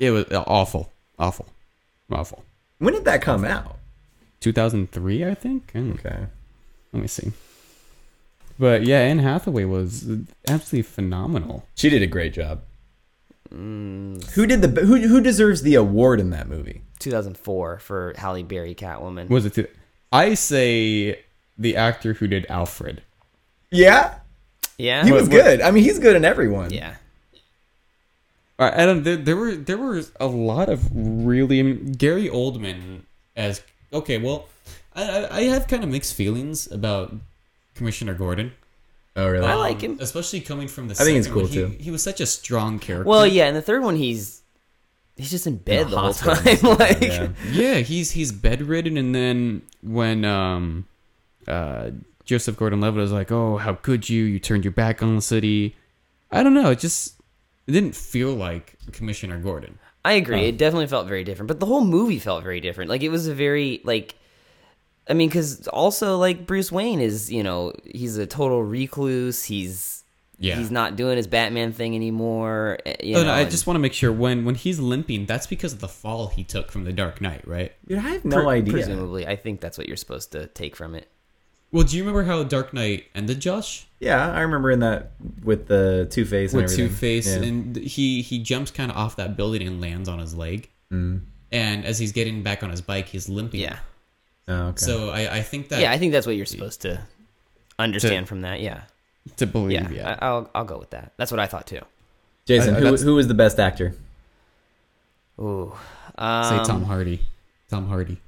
S3: It was uh, awful, awful, awful.
S4: When did that come out?
S3: 2003, I think. I don't know.
S4: Okay.
S3: Let me see. But yeah, Anne Hathaway was absolutely phenomenal.
S4: She did a great job. Who did the who who deserves the award in that movie?
S2: 2004 for Halle Berry Catwoman.
S3: Was it? I say the actor who did Alfred.
S4: Yeah,
S2: yeah,
S4: he was good. I mean, he's good in everyone.
S2: yeah.
S3: All right, Adam, there, there were there were a lot of really I mean, Gary Oldman as okay. Well, I I- I have kind of mixed feelings about Commissioner Gordon. Um,
S4: Oh really?
S2: I like him.
S3: especially coming from the.
S4: I think he's
S3: second one.
S4: cool,
S3: He, he was such a strong character.
S2: Well, yeah, and the third one, he's he's just in bed the whole
S4: hospital
S2: time. (laughs) like, yeah.
S3: yeah, he's he's bedridden, and then when um, uh, Joseph Gordon-Levitt was like, "Oh, how could you? You turned your back on the city." I don't know. It just it didn't feel like Commissioner Gordon.
S2: I agree. It definitely felt very different, but the whole movie felt very different. Like it was a very like, I mean, because also like Bruce Wayne is you know he's a total recluse. He's
S3: Yeah.
S2: he's not doing his Batman thing anymore. eh, You
S3: Oh,
S2: know,
S3: no, I
S2: and-
S3: just want to make sure when when he's limping, that's because of the fall he took from the Dark Knight, right?
S4: Dude, I have no
S2: pre-
S4: idea.
S2: Presumably, I think that's what you're supposed to take from it.
S3: Well, do you remember how Dark Knight ended, Josh?
S4: Yeah, I remember in that with the Two Face and
S3: With Two
S4: everything.
S3: Face,
S4: Yeah.
S3: and he he jumps kind of off that building and lands on his leg. And as he's getting back on his bike, he's limping.
S2: Mm. Yeah,
S4: Oh, okay.
S3: So I, I think that
S2: yeah. I think that's what you're supposed to understand from that. Yeah,
S3: to believe.
S2: yeah. I, I'll I'll go with that. That's what I thought too.
S4: Jason,
S3: I-
S4: who
S3: that's-
S4: who was the best actor?
S2: Ooh,
S3: say
S2: um,
S3: Tom Hardy. Tom Hardy.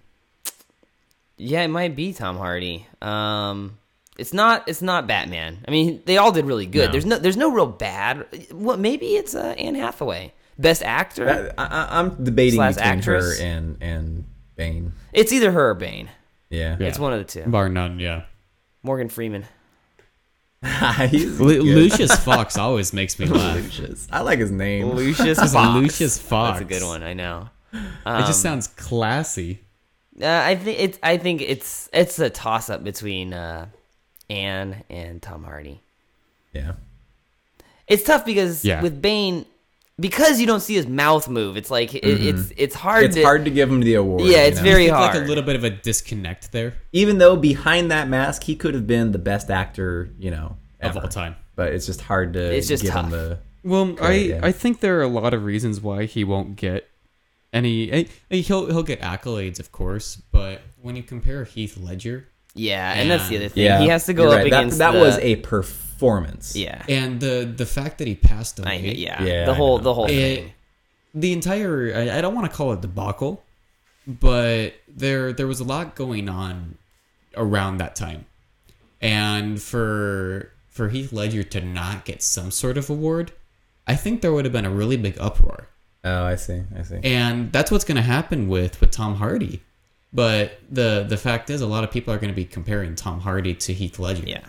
S2: Yeah, it might be Tom Hardy. Um, it's not. It's not Batman. I mean, they all did really good.
S4: No.
S2: There's no. There's no real bad. What? Maybe it's uh, Anne Hathaway, best actor.
S4: I, I, I'm debating
S2: Slash
S4: between
S2: actress?
S4: her and and Bane.
S2: it's either her or Bane.
S4: Yeah,
S3: Yeah.
S2: It's one of the two.
S3: Bar none. Yeah.
S2: Morgan Freeman.
S4: (laughs) he's
S3: Lu-
S4: good.
S3: Lucius (laughs) Fox always makes me laugh.
S4: Lucius. I like his name.
S2: (laughs) Lucius
S3: It's
S2: Fox.
S3: Lucius Fox.
S2: That's a good one. Um, I know.
S3: it just sounds classy.
S2: Uh, I think it's. I think it's. It's a toss up between uh, Anne and Tom Hardy.
S4: yeah,
S2: It's tough because
S3: Yeah.
S2: with Bane, because you don't see his mouth move. It's like it, it's. It's hard.
S4: it's
S2: to,
S4: hard to give him the award.
S2: Yeah,
S4: you
S2: it's
S4: know?
S2: very
S3: It's
S2: hard.
S3: Mm-hmm. like a little bit of a disconnect there
S4: even though behind that mask he could have been the best actor, you know,
S3: of
S4: ever.
S3: all time.
S4: But it's just hard to
S2: It's just
S4: give him
S2: tough.
S4: the
S3: Well, I
S4: Correct, yeah.
S3: I think there are a lot of reasons why he won't get any. I, I- he'll he'll get accolades, of course, but when you compare Heath Ledger
S2: Yeah, and that's the
S3: Yeah.
S2: other thing. he has to go
S4: you're
S2: up
S4: right. That-
S2: against
S4: that,
S2: the-
S4: was a performance. (laughs)
S2: yeah,
S3: and the the fact that he passed away,
S2: I, yeah,
S4: Yeah,
S2: the
S4: I
S2: whole
S4: know.
S2: the whole
S3: it-
S2: thing.
S3: Eh, the entire I, I don't want to call it debacle, but there there was a lot going on around that time, and for for Heath Ledger to not get some sort of award, I think there would have been a really big uproar.
S4: Oh, I see. I see.
S3: and that's what's going to happen with with Tom Hardy. But the the fact is, a lot of people are going to be comparing Tom Hardy to Heath Ledger.
S2: Yeah.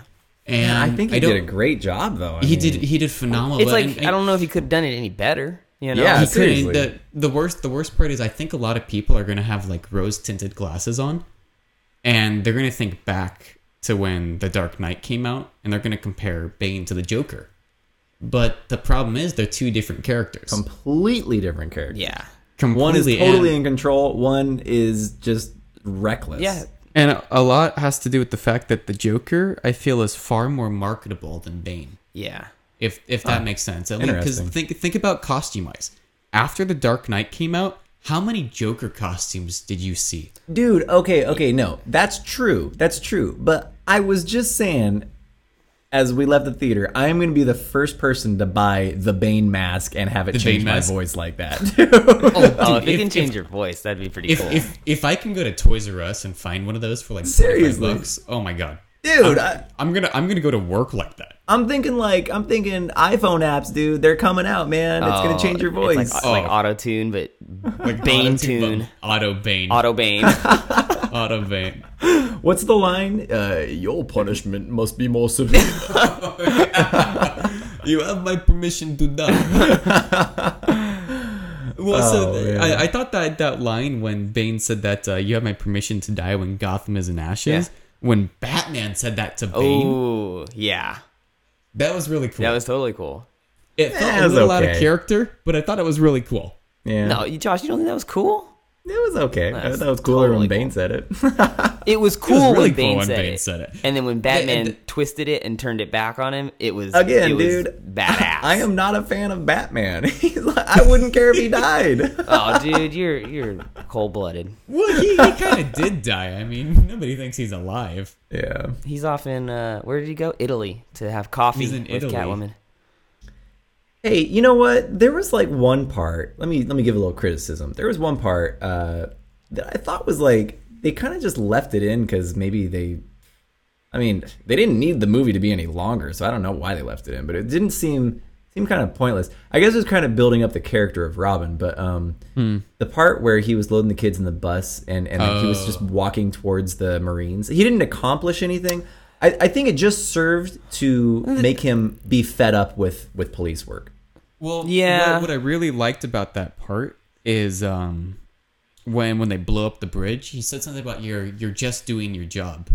S3: and
S4: I think he
S3: don't-
S4: did a great job, though. I
S3: He
S4: mean,
S3: did he did phenomenal.
S2: It's
S3: but-
S2: like
S3: and-
S2: I don't know if he could have done it any better. You know?
S4: Yeah.
S3: He couldn't.
S4: Seriously.
S3: The, the worst the worst part is I think a lot of people are going to have like rose tinted glasses on, and they're going to think back to when The Dark Knight came out, and they're going to compare Bane to the Joker. But the problem is they're two different characters.
S4: completely different character.
S2: yeah,
S4: one is
S3: Completely, and-
S4: totally in control. One is just reckless.
S2: yeah.
S3: And a- a lot has to do with the fact that the Joker, I feel, is far more marketable than Bane.
S2: yeah.
S3: If if that makes sense, because
S4: Ah, interesting.
S3: think think about costume wise. After the Dark Knight came out, How many Joker costumes did you see?
S4: Dude, okay, okay, no. That's true. That's true. But I was just saying as we left the theater, I am going to be the first person to buy the Bane mask and have it
S3: The
S4: change
S3: Bane
S4: my
S3: mask?
S4: voice like that. (laughs)
S2: Oh, if, you
S3: if-
S2: can change your voice, that'd be pretty
S3: If
S2: cool.
S3: if if I can go to Toys R Us and find one of those for like
S4: Seriously?
S3: Seriously? bucks, oh my god,
S4: Dude, I,
S3: I'm gonna I'm gonna go to work like that.
S4: I'm thinking like I'm thinking iPhone apps, dude. They're coming out, man. It's going
S2: Oh,
S4: to change your
S2: it's
S4: voice.
S2: like,
S3: Oh.
S2: like auto tune, but
S3: Like
S2: Bane
S3: auto-
S2: tune.
S3: auto Bane, auto,
S2: auto bane.
S3: Bane.
S4: What's the line? Uh, your punishment must be more (laughs) severe.
S3: You have my permission to die. well, so
S4: Oh,
S3: th-
S4: man.
S3: I, I thought that that line when Bane said that uh, you have my permission to die when Gotham is in ashes. When Batman said that to (laughs) Bane,
S2: Ooh, yeah,
S3: that was really cool.
S2: Oh. that was totally cool.
S3: it felt
S4: Yeah, it
S3: a
S4: was
S3: little out of
S4: okay.
S3: character, but I thought it was really cool.
S4: yeah.
S2: No, you- Josh, you don't think that was cool?
S4: It was okay. I
S2: That's
S4: thought it was cooler
S2: totally
S4: when Bane said it.
S2: It was cool
S3: really
S2: when Bane,
S3: cool when
S2: said,
S3: Bane
S2: it.
S3: said it.
S2: and then when Batman
S3: and-
S2: twisted it and turned it back on him, it was
S4: Again,
S2: it was
S4: dude.
S2: badass.
S4: (laughs) I am not a fan of Batman. (laughs) He's like, I wouldn't care if he died. (laughs)
S2: oh, dude, you're you're cold blooded.
S3: Well, he, he kind of did die. I mean, (laughs) nobody thinks he's alive.
S4: yeah.
S2: He's off in uh, where did he go? Italy to have coffee
S3: He's in
S2: with
S3: Italy.
S2: Catwoman.
S4: Hey, you know what? There was like one part. Let me let me give a little criticism. There was one part uh, that I thought was like they kind of just left it in because maybe they. I mean, they didn't need the movie to be any longer, so I don't know why they left it in. But it didn't seem seem kind of pointless. I guess it was kind of building up the character of Robin. But um, the part where he was loading the kids in the bus and and like, he was
S3: Oh.
S4: just walking towards the Marines, he didn't accomplish anything. I, I think it just served to make him be fed up with with police work.
S3: Well,
S2: Yeah.
S3: What, what I really liked about that part is um, when when they blow up the bridge, he said something about you're you're just doing your job.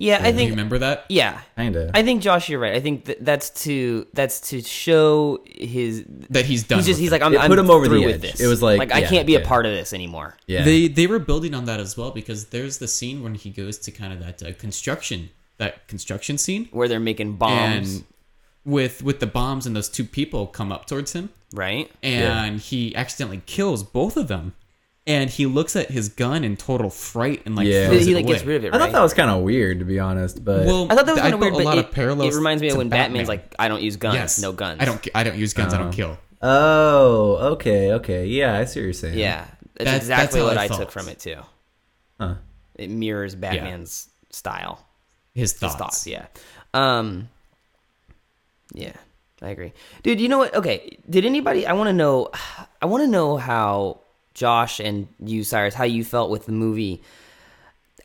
S2: Yeah, I
S3: Do you
S2: think.
S3: remember that?
S2: Yeah,
S4: Kinda.
S2: I think Josh, you're right. I think th- that's to that's to show his.
S3: That he's done.
S2: He's just
S3: with
S2: he's
S3: it.
S2: like I'm,
S4: It
S2: I'm
S4: put him over the
S2: through with
S4: edge.
S2: this.
S4: It was like,
S2: I
S4: yeah,
S2: can't be a
S4: yeah.
S2: part of this anymore.
S4: yeah.
S3: They they were building on that as well because there's the scene when he goes to kind of that uh, construction that construction scene
S2: Where they're making bombs,
S3: and with with the bombs and those two people come up towards him
S2: right?
S3: and he accidentally kills both of them and he looks at his gun in total fright and like
S4: Yeah.
S3: throws
S2: he
S3: it
S2: like
S3: away.
S2: gets rid of it.
S4: I
S2: Right?
S4: thought that was kind of weird, to be honest. But
S3: Well,
S2: I thought that was kind of weird,
S3: felt
S2: but
S3: a lot
S2: it,
S3: of parallels.
S2: it reminds me of
S3: to
S2: when
S3: Batman.
S2: Batman's like, "I don't use guns,
S3: yes,
S2: no guns." Uh-huh.
S3: I don't. I don't use guns. I don't kill.
S4: oh, okay, okay, yeah, I see what you're saying.
S2: Yeah, that's,
S3: That's-
S2: exactly
S3: that's how
S2: what
S3: I
S2: I, took
S3: felt.
S2: from it too.
S4: Huh.
S2: It mirrors Batman's style,
S3: His
S2: his
S3: thoughts.
S2: thoughts. Yeah, um, yeah, I agree, dude. You know what? Okay, did anybody? I want to know. (sighs) I want to know how Josh and you, Cyrus, how you felt with the movie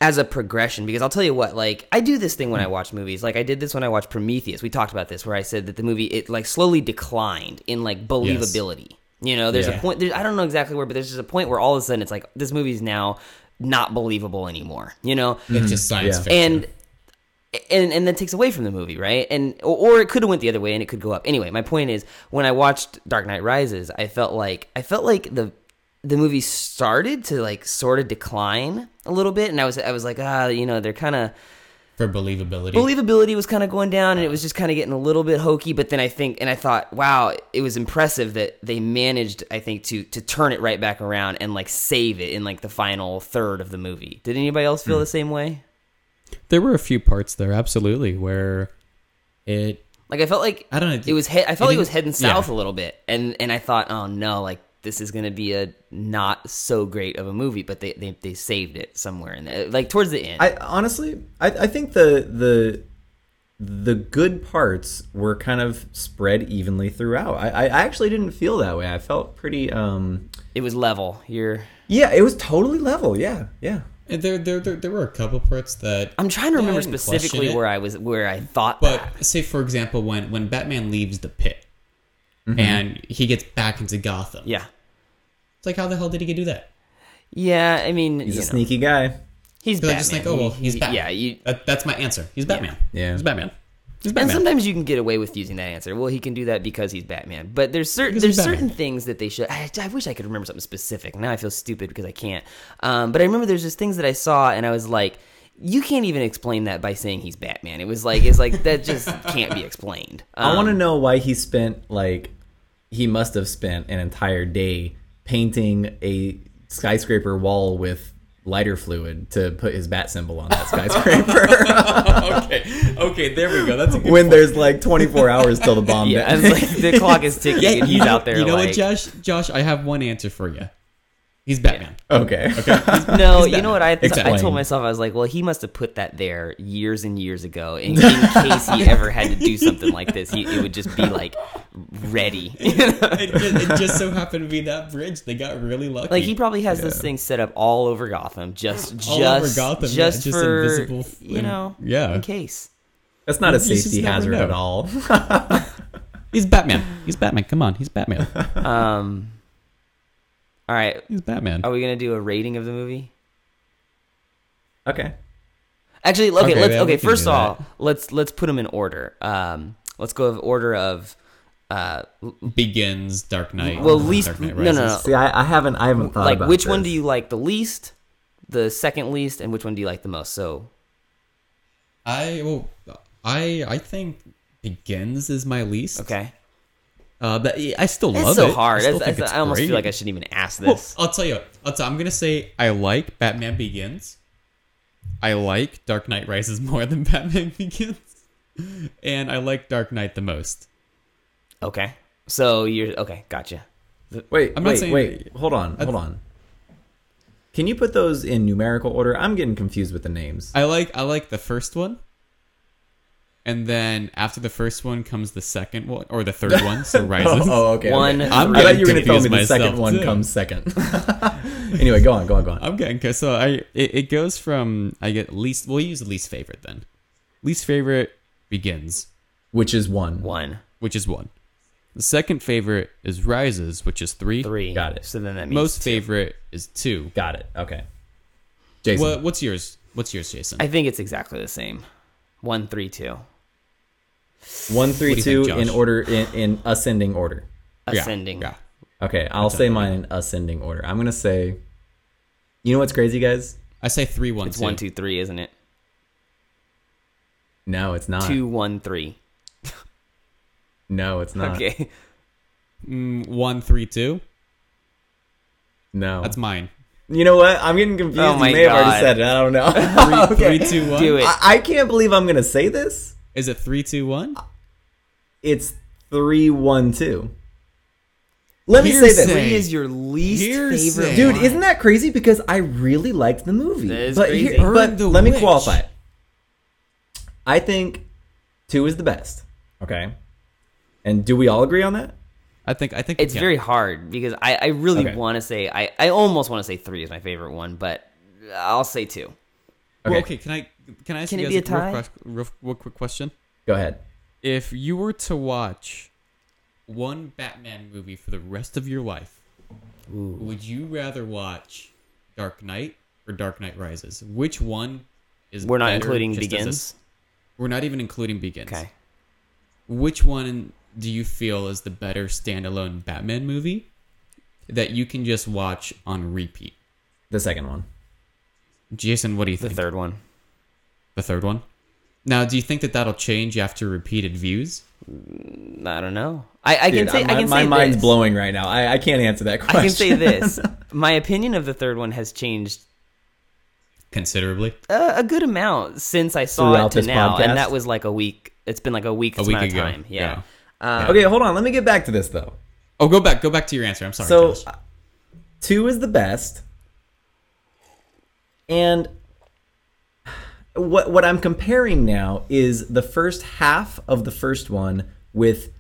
S2: as a progression because I'll tell you what, like I do this thing when I watch movies. Like I did this when I watched Prometheus. We talked about this where I said that the movie it like slowly declined in like believability. You know, there's
S3: Yeah.
S2: a point there's I don't know exactly where, but there's just a point where all of a sudden it's like this movie's now not believable anymore. You know?
S3: It's just science
S4: Yeah.
S3: fiction.
S2: Mm-hmm. and and and that takes away from the movie, right? And or, or it could have went the other way and it could go up. Anyway, my point is when I watched Dark Knight Rises, I felt like I felt like the the movie started to like sort of decline a little bit and I was I was like, ah, you know, they're kind of
S3: for believability.
S2: believability was kind of going down and it was just kind of getting a little bit hokey but then i think and i thought wow it was impressive that they managed i think to to turn it right back around and like save it in like the final third of the movie did anybody else feel the same way
S3: there were a few parts there, absolutely, where it.
S2: like i felt like
S3: I don't know.
S2: it was he- i felt like it was
S3: didn't-
S2: heading south
S3: yeah.
S2: a little bit and and i thought oh no like this is gonna be a not so great of a movie but they they, they saved it somewhere in there like towards the end
S4: I honestly, I, I think the the the good parts were kind of spread evenly throughout. I, I I actually didn't feel that way. I felt pretty. um
S2: it was level you're
S4: Yeah, it was totally level. Yeah, yeah.
S3: And There, there, there, there were a couple parts that
S2: i'm trying to remember
S3: didn't question
S2: specifically
S3: it.
S2: where i was where i thought that.
S3: But say, for example, when when Batman leaves the pit and he gets back into Gotham.
S2: Mm-hmm. yeah
S3: It's like, how the hell did he do that?
S2: Yeah, I mean,
S4: He's
S2: you
S4: a
S2: know,
S4: sneaky guy.
S2: he's
S3: Because
S2: Batman.
S3: I'm just like, oh, well,
S2: He-
S3: he's
S2: he-
S3: Batman.
S2: Yeah, you,
S3: That, that's my answer. He's Batman.
S4: Yeah.
S3: He's Batman. He's
S2: and
S3: Batman.
S2: sometimes you can get away with using that answer. Well, he can do that because he's Batman. But there's certain
S3: Because he's
S2: there's certain
S3: Batman.
S2: things that they should. I, I wish I could remember something specific. Now I feel stupid because I can't. Um, but I remember there's just things that I saw and I was like, you can't even explain that by saying he's Batman. It was like it's like that
S3: (laughs)
S2: just can't be explained.
S4: I
S2: Um,
S4: want to know why he spent like he must have spent an entire day painting a skyscraper wall with lighter fluid to put his bat symbol
S2: (laughs)
S4: on that skyscraper (laughs)
S3: okay, (laughs) okay, there we go. That's
S2: (laughs)
S3: a good
S4: when there's like 24 hours till the bomb
S2: Yeah, and
S4: detonates.
S2: like the clock is ticking, and he's
S3: you know,
S2: out there.
S3: You know
S2: like,
S3: what, Josh? Josh, I have one answer for you. He's Batman.
S4: (laughs) Okay. Okay.
S2: No, you know what? I I
S4: Explain.
S2: told myself I was like, well, he must have put that there years and years ago
S3: (laughs)
S2: in, in case he ever had to do something like this. He, it would just be like ready.
S3: (laughs)
S2: (laughs)
S3: it, just, it just so happened to be that bridge. They got really lucky.
S2: like he probably has this thing set up all over Gotham, just just
S3: (gasps) All over Gotham, yeah,
S2: just,
S3: just
S2: for
S3: invisible f-
S2: you know,
S3: yeah.
S2: in case.
S4: That's not a
S3: You just
S4: safety
S3: never
S4: hazard
S3: know.
S2: (laughs)
S4: at all.
S3: he's Batman. He's Batman. Come on, he's Batman.
S2: Um, all right,
S3: He's Batman.
S2: are we gonna do a rating of the movie?
S4: Okay.
S2: Actually, okay,
S3: Okay,
S2: let's
S3: yeah, we
S2: okay.
S3: can
S2: First
S3: do
S2: of all, let's let's put them in order. Um, let's go of order of. Uh,
S3: Begins Dark Knight.
S2: well,
S3: Dark
S2: least no,
S3: Knight
S2: no,
S3: Rises.
S2: no.
S4: See, I, I haven't, I haven't thought
S2: like
S4: about
S2: which one do
S4: this.
S2: you like the least the second least and which one do you like the most so
S3: I well, I I think Begins is my least.
S2: okay
S3: Uh, but yeah, I still
S2: it's
S3: love
S2: so
S3: it.
S2: hard
S3: I, still
S2: It's-
S3: think
S2: it's-
S3: it's
S2: I almost
S3: great.
S2: feel like i shouldn't even ask
S3: Well,
S2: this
S3: Oh, I'll tell you. I'll tell, I'm gonna say I like Batman Begins. I like Dark Knight Rises more than (laughs) Batman Begins, and I like Dark Knight the most.
S2: okay so you're okay gotcha
S4: Wait,
S3: I'm not
S4: wait,
S3: saying-
S4: wait. Hold on, hold on. Can you put those in numerical order? I'm getting confused with the names.
S3: I like I like the first one, and then after the first one comes the second one or the third one.
S4: (laughs)
S3: So Rises.
S4: Oh, okay.
S2: One-
S3: I'm
S4: I thought you were
S3: getting
S4: going to tell me the
S3: confused
S4: second
S3: myself,
S4: one
S3: too.
S4: comes second. (laughs) anyway, go on, go on, go on.
S3: I'm getting cause so I it, it goes from I get least we'll use least favorite then. Least favorite begins,
S4: Which is one?
S2: one
S3: which is one. The second favorite is rises, which is three.
S2: three
S4: Got it.
S2: so then that means
S3: Most favorite is two.
S4: Got it. Okay. Jason.
S3: What what's yours? What's yours, Jason?
S2: i think it's exactly the same one three two
S4: One,
S3: do
S4: three,
S3: you
S4: two
S3: think,
S4: in
S3: Josh?
S4: order in, in ascending order.
S3: Yeah,
S2: ascending
S3: Yeah.
S4: Okay, I'll say mine in ascending order. I'm going to say You know what's crazy, guys?
S3: I say three one
S2: it's one two three isn't it
S4: No, it's not.
S2: two one three
S4: No, it's not.
S2: okay (laughs)
S3: Mm, one three two.
S4: No.
S3: That's
S2: (laughs)
S3: mine.
S4: You know what? I'm getting confused.
S2: Oh my
S4: you may have
S2: God.
S4: already said it. I don't
S3: (laughs)
S4: know. (laughs)
S3: Three
S4: okay.
S3: two one.
S2: do it
S4: I, I can't believe I'm gonna say this.
S3: Is it three two one?
S4: It's three one two. Let me say
S3: Hearsay.
S4: this.
S2: three is your least
S3: Hearsay.
S2: favorite
S4: Dude,
S2: one.
S4: isn't that crazy? Because I really liked the movie.
S2: That is
S4: but
S2: crazy.
S4: here- but
S3: Burn the
S4: let me
S3: witch.
S4: qualify it. I think two is the best. Okay. And do we all agree on that?
S3: I think I think we
S2: it's
S3: can.
S2: very hard because I, I really
S4: Okay.
S2: want to say I, I almost want to say three is my favorite one, but I'll say two.
S3: Well,
S4: Okay.
S3: okay. Can I can I ask
S2: Can
S3: you
S2: it
S3: guys
S2: be
S3: a
S2: a
S3: real
S2: tie?
S3: ques- real, real quick question?
S4: Go ahead.
S3: if you were to watch one Batman movie for the rest of your life, would you rather watch Dark Knight or Dark Knight Rises? Which one is
S2: We're not
S3: better
S2: including
S3: just as a s-
S2: begins.
S3: we're not even including Begins.
S2: Okay.
S3: Which one do you feel is the better standalone Batman movie that you can just watch on repeat?
S4: The second one.
S3: Jason, what do you
S2: The
S3: think?
S2: third one.
S3: The third one. Now, do you think that that'll change after repeated views?
S2: I don't know. I, I can
S4: Dude,
S2: say
S4: my,
S2: I can
S4: my
S2: say
S4: mind's
S2: this.
S4: blowing right now. I, I can't answer that question.
S2: I can say
S3: (laughs)
S2: this. My opinion of the third one has changed
S3: Considerably.
S2: a, a good amount since I saw
S4: Throughout
S2: it to
S4: this
S2: now,
S4: podcast?
S2: and that was like a week. It's been like a week.
S3: A week
S2: amount of
S3: ago.
S2: time. Yeah.
S4: (laughs) okay, hold on. Let me get back to this though.
S3: Oh, go back. Go back to your answer. I'm sorry.
S4: So,
S3: Josh.
S4: uh, two is the best, and what what I'm comparing now is the first half of the first one with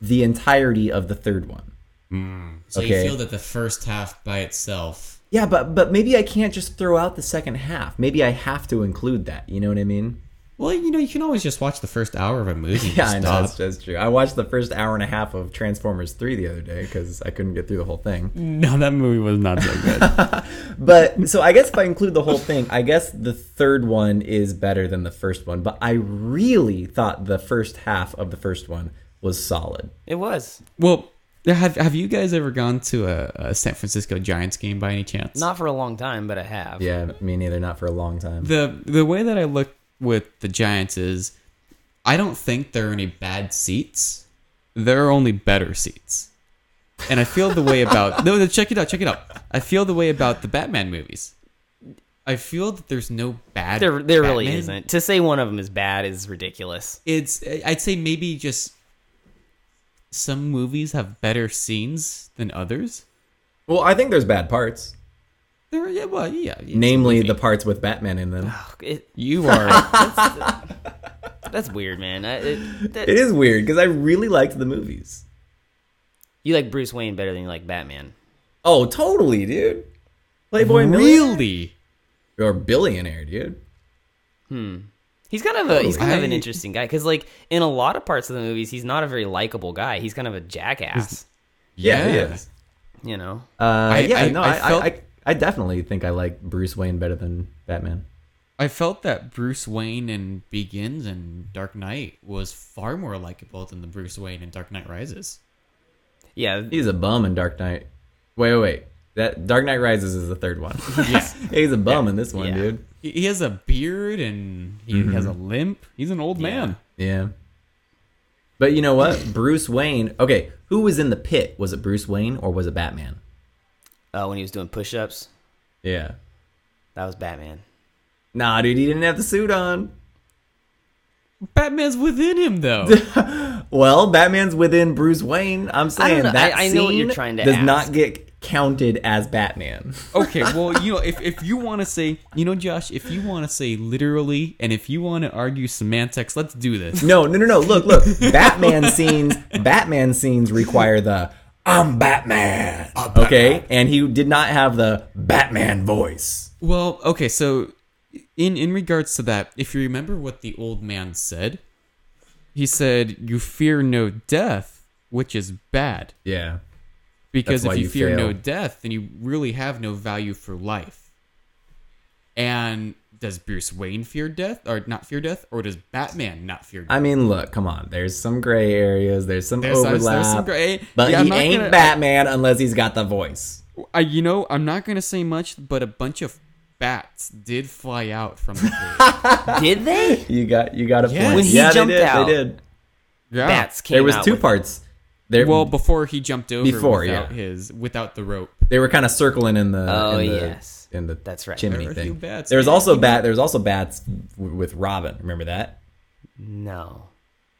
S4: the entirety of the third one.
S3: So
S4: Okay.
S3: you feel that the first half by itself.
S4: Yeah, but but maybe I can't just throw out the second half. Maybe I have to include that. You know what I mean? (laughs)
S3: Well, you know, you can always just watch the first hour of a movie. and
S4: Yeah, I know
S3: stop.
S4: that's, that's true. I watched the first hour and a half of Transformers Three the other day because I couldn't get through the whole thing.
S3: No, that movie was not so good.
S4: But so I guess if I include the whole thing, I guess the third one is better than the first one. But I really thought the first half of the first one was solid.
S2: It was
S3: (laughs) well, have have you guys ever gone to a, a San Francisco Giants game by any chance?
S2: not for a long time, but I have.
S4: Yeah, me neither. Not for a long time.
S3: the the way that I look with the Giants is, I don't think there are any bad seats. There are only better seats. and I feel the way about no, no. Check it out. Check it out. I feel the way about the Batman movies. I feel that there's no bad.
S2: There, there really
S3: Batman.
S2: isn't. To say one of them is bad is ridiculous.
S3: It's. I'd say maybe just some movies have better scenes than others.
S4: Well, I think there's bad parts,
S3: There, yeah, well, yeah. it's a
S4: namely
S3: movie.
S4: the parts with Batman in them.
S2: Ugh, it-
S4: (laughs)
S3: you are.
S2: that's weird, man. I, it, that,
S4: It is weird because I really liked the movies.
S2: You like Bruce Wayne better than you like Batman.
S4: Oh, totally, dude. Playboy millionaire
S3: really.
S4: or billionaire, dude.
S2: He's kind of a he's kind of an
S3: Right.
S2: interesting guy because like in a lot of parts of the movies, he's not a very likable guy. He's kind of a jackass,
S4: Yeah,
S3: Yeah.
S4: he is.
S2: you know.
S4: Uh,
S3: I-
S4: yeah,
S3: I-
S4: no,
S3: I
S4: I, I,
S3: felt-
S4: I, I definitely think I like Bruce Wayne better than Batman.
S3: I felt that Bruce Wayne in Begins and Dark Knight was far more likable than the Bruce Wayne in Dark Knight Rises.
S2: Yeah,
S4: He's a bum in Dark Knight. Wait, wait, wait. That Dark Knight Rises is the third
S2: (laughs)
S4: one.
S3: Yeah.
S4: (laughs) He's a bum in this one,
S2: Yeah.
S4: dude.
S3: He- He has a beard and he has a limp. He's an old man.
S4: Mm-hmm. Yeah. But you know what? Bruce Wayne. Okay, who was in the pit? Was it Bruce Wayne or was it Batman?
S2: uh, when he was doing push-ups,
S4: Yeah.
S2: that was
S4: (laughs)
S2: Batman.
S4: Nah, dude, he didn't have the suit on.
S3: Batman's within him,
S4: (laughs)
S3: though.
S4: Well, Batman's within Bruce Wayne. I'm saying
S2: know.
S4: that
S2: I- I know what you're
S4: scene
S2: trying to
S4: does
S2: ask.
S4: not get counted as Batman. (laughs)
S3: okay, well, you know, if, if you want to say, you know, Josh, if you want to say literally and if you want to argue semantics, let's do this.
S4: No, no, no, no. Look, look. Batman (laughs) scenes. Batman scenes require the
S1: I'm Batman. I'm Batman.
S4: okay, and he did not have the
S1: Batman voice.
S3: Well, okay, so in in regards to that, if you remember what the old man said, he said, "You fear no death, which is bad,
S4: yeah.
S3: because
S4: That's why
S3: if you,
S4: you
S3: fear no
S4: fail."
S3: death, then you really have no value for life." And does Bruce Wayne fear death or not fear death or does Batman not fear death?
S4: I mean, look, come on. There's some gray areas. There's some
S3: There's some-
S4: overlap.
S3: there's some gray-
S4: but
S3: Yeah, I'm
S4: he
S3: not
S4: ain't
S3: gonna-
S4: Batman unless he's got the voice.
S3: I, you know, I'm not going to say much, but a bunch of bats did fly out from the cave.
S2: Did they?
S4: You got you got a
S3: Yes.
S4: point.
S3: When he
S4: yeah,
S2: jumped
S4: they did.
S2: out,
S4: they did.
S3: (laughs) yeah.
S2: Bats came
S4: There was
S2: out
S4: two
S2: with-
S4: parts. There,
S3: Well, before he jumped over
S4: Before,
S3: without
S4: yeah.
S3: his without the rope.
S4: they were kind of circling in the
S2: Oh,
S4: in the,
S2: yes.
S4: in the
S2: That's right.
S4: chimney
S3: There were a few
S4: thing.
S3: bats,
S4: there was
S3: man.
S4: also bat. There was also bats w- with Robin. Remember that
S2: No,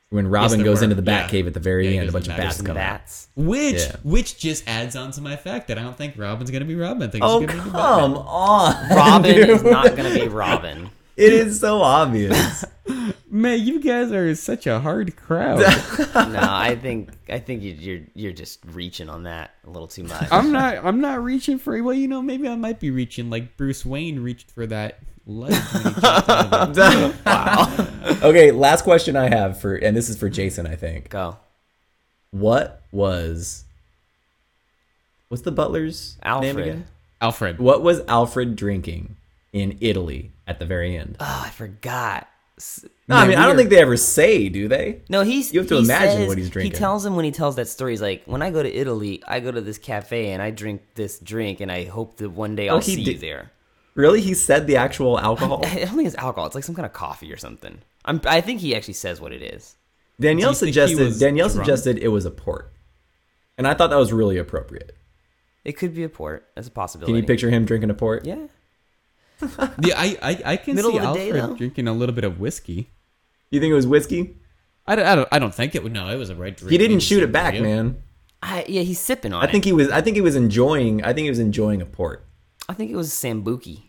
S4: when Robin
S3: there
S4: goes
S3: were.
S4: into the bat
S3: Yeah.
S4: cave at the very
S3: Yeah, he
S4: end, a
S3: goes
S4: bunch
S3: in
S4: of
S3: the
S4: bats
S3: bat-
S4: come out.
S2: bats.
S3: Which
S4: Yeah.
S3: which just adds on to my fact that I don't think Robin's gonna be Robin. I think
S4: Oh
S3: he's gonna be Batman.
S4: come on,
S2: Robin
S4: (laughs) dude.
S2: is not going to be Robin.
S4: It is so obvious.
S3: Man, you guys are such a hard (laughs) crowd.
S2: No, I think I think you, you're you're just reaching on that a little too much. (laughs)
S3: I'm not I'm not reaching for well, you know, maybe I might be reaching like Bruce Wayne reached for that light when (laughs) he jumped out of the-
S4: (laughs) okay, last question I have for, and this is for Jason, I think.
S2: Go,
S4: What was what's the butler's name
S2: Alfred.
S4: again?
S3: Alfred.
S4: What was Alfred drinking in Italy at the very end?
S2: Oh, I forgot. S-
S4: No, I mean I don't
S3: we're-
S4: think they ever say, do they?
S2: No, he's.
S4: You have to
S2: he
S4: imagine
S2: says-
S4: what he's drinking.
S2: He tells him when he tells that story. He's like, when I go to Italy, I go to this cafe and I drink this drink, and I hope that one day I'll
S4: Oh, he Oh.
S2: see you
S4: did-
S2: there.
S4: Really, he said the actual (laughs) alcohol.
S2: (laughs) I don't think it's alcohol. It's like some kind of coffee or something. I'm, I think he actually says what it is.
S4: Danielle
S3: Do you think he
S4: suggested
S3: was
S4: Danielle
S3: drunk?
S4: suggested it was a port, and I thought that was really appropriate.
S2: It could be a port. That's a possibility.
S4: Can you picture him drinking a port?
S2: Yeah.
S3: Yeah, I, I, I can
S2: Middle
S3: see
S2: of the day,
S3: Alfred
S2: though.
S3: drinking a little bit of whiskey.
S4: You think it was whiskey?
S3: I don't, I don't I don't think it would no, it was a red drink.
S4: He didn't
S3: Maybe
S4: shoot it
S3: something
S4: back,
S3: real.
S4: man.
S2: I, yeah, he's sipping on
S4: I think
S2: it.
S4: he was. I think he was enjoying. I think he was enjoying
S3: (laughs)
S4: a port.
S2: I think it was Sambuki.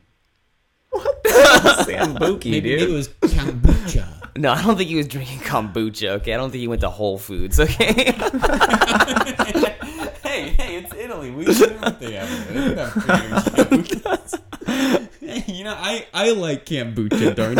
S4: Sambuki,
S3: Maybe it
S4: dude.
S3: was (laughs) kombucha.
S2: No, I don't think he was drinking kombucha. Okay, I don't think he went to Whole Foods. Okay.
S3: (laughs) hey, hey, it's Italy. We do what they have. It's not fair. Hey, (laughs) you know, I, I like kombucha, darn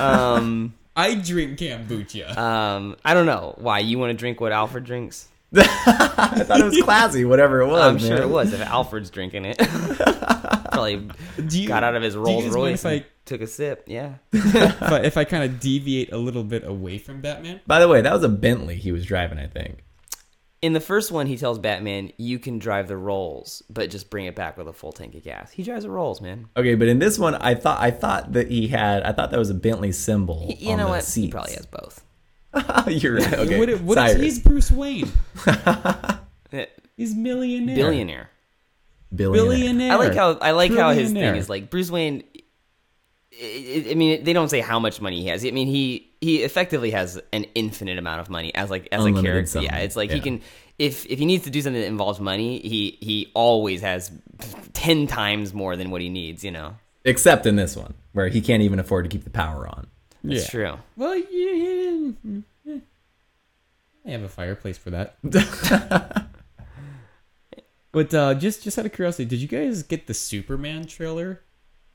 S2: (laughs) um,
S3: I drink kombucha.
S2: um, I don't know why you want to drink what Alfred drinks.
S4: I thought it was classy, whatever it was.
S3: Oh,
S2: I'm
S4: man.
S2: sure it was if Alfred's drinking it. (laughs) Probably
S3: Do you-
S2: got out of his
S3: do you
S2: Rolls
S3: guys mind
S2: Royce
S3: if I-
S2: and took a sip. Yeah.
S3: if I, if I kind of deviate a little bit away from Batman,
S4: By the way, that was a Bentley he was driving, I think.
S2: In the first one, he tells Batman, "You can drive the Rolls, but just bring it back with a full tank of gas." He drives a Rolls, man.
S4: Okay, but in this one, I thought I thought that he had I thought that was a Bentley symbol.
S2: Y- You
S4: on
S2: know
S4: the
S2: what? He
S4: seats.
S2: probably has both.
S3: (laughs)
S4: (laughs) You're right. Okay.
S3: what, if- what if
S4: Cyrus.
S3: he's Bruce Wayne?
S2: Eh,
S3: is millionaire.
S2: billionaire.
S4: Billionaire.
S3: Billionaire.
S2: I like how I like how his thing
S3: Billionaire.
S2: is like Bruce Wayne. I I- I mean, they don't say how much money he has. I mean, he he effectively has an infinite amount of money as like as
S4: Unlimited
S2: a character.
S4: sum.
S2: Yeah, it's like he
S4: Yeah.
S2: can if if he needs to do something that involves money, he he always has ten times more than what he needs. You know,
S4: Except in this one, where he can't even afford to keep the power on.
S2: that's
S3: Yeah.
S2: true.
S3: Well, yeah, yeah, yeah. yeah. I have a fireplace for that. (laughs) but uh, just just out of curiosity, did you guys get the Superman trailer?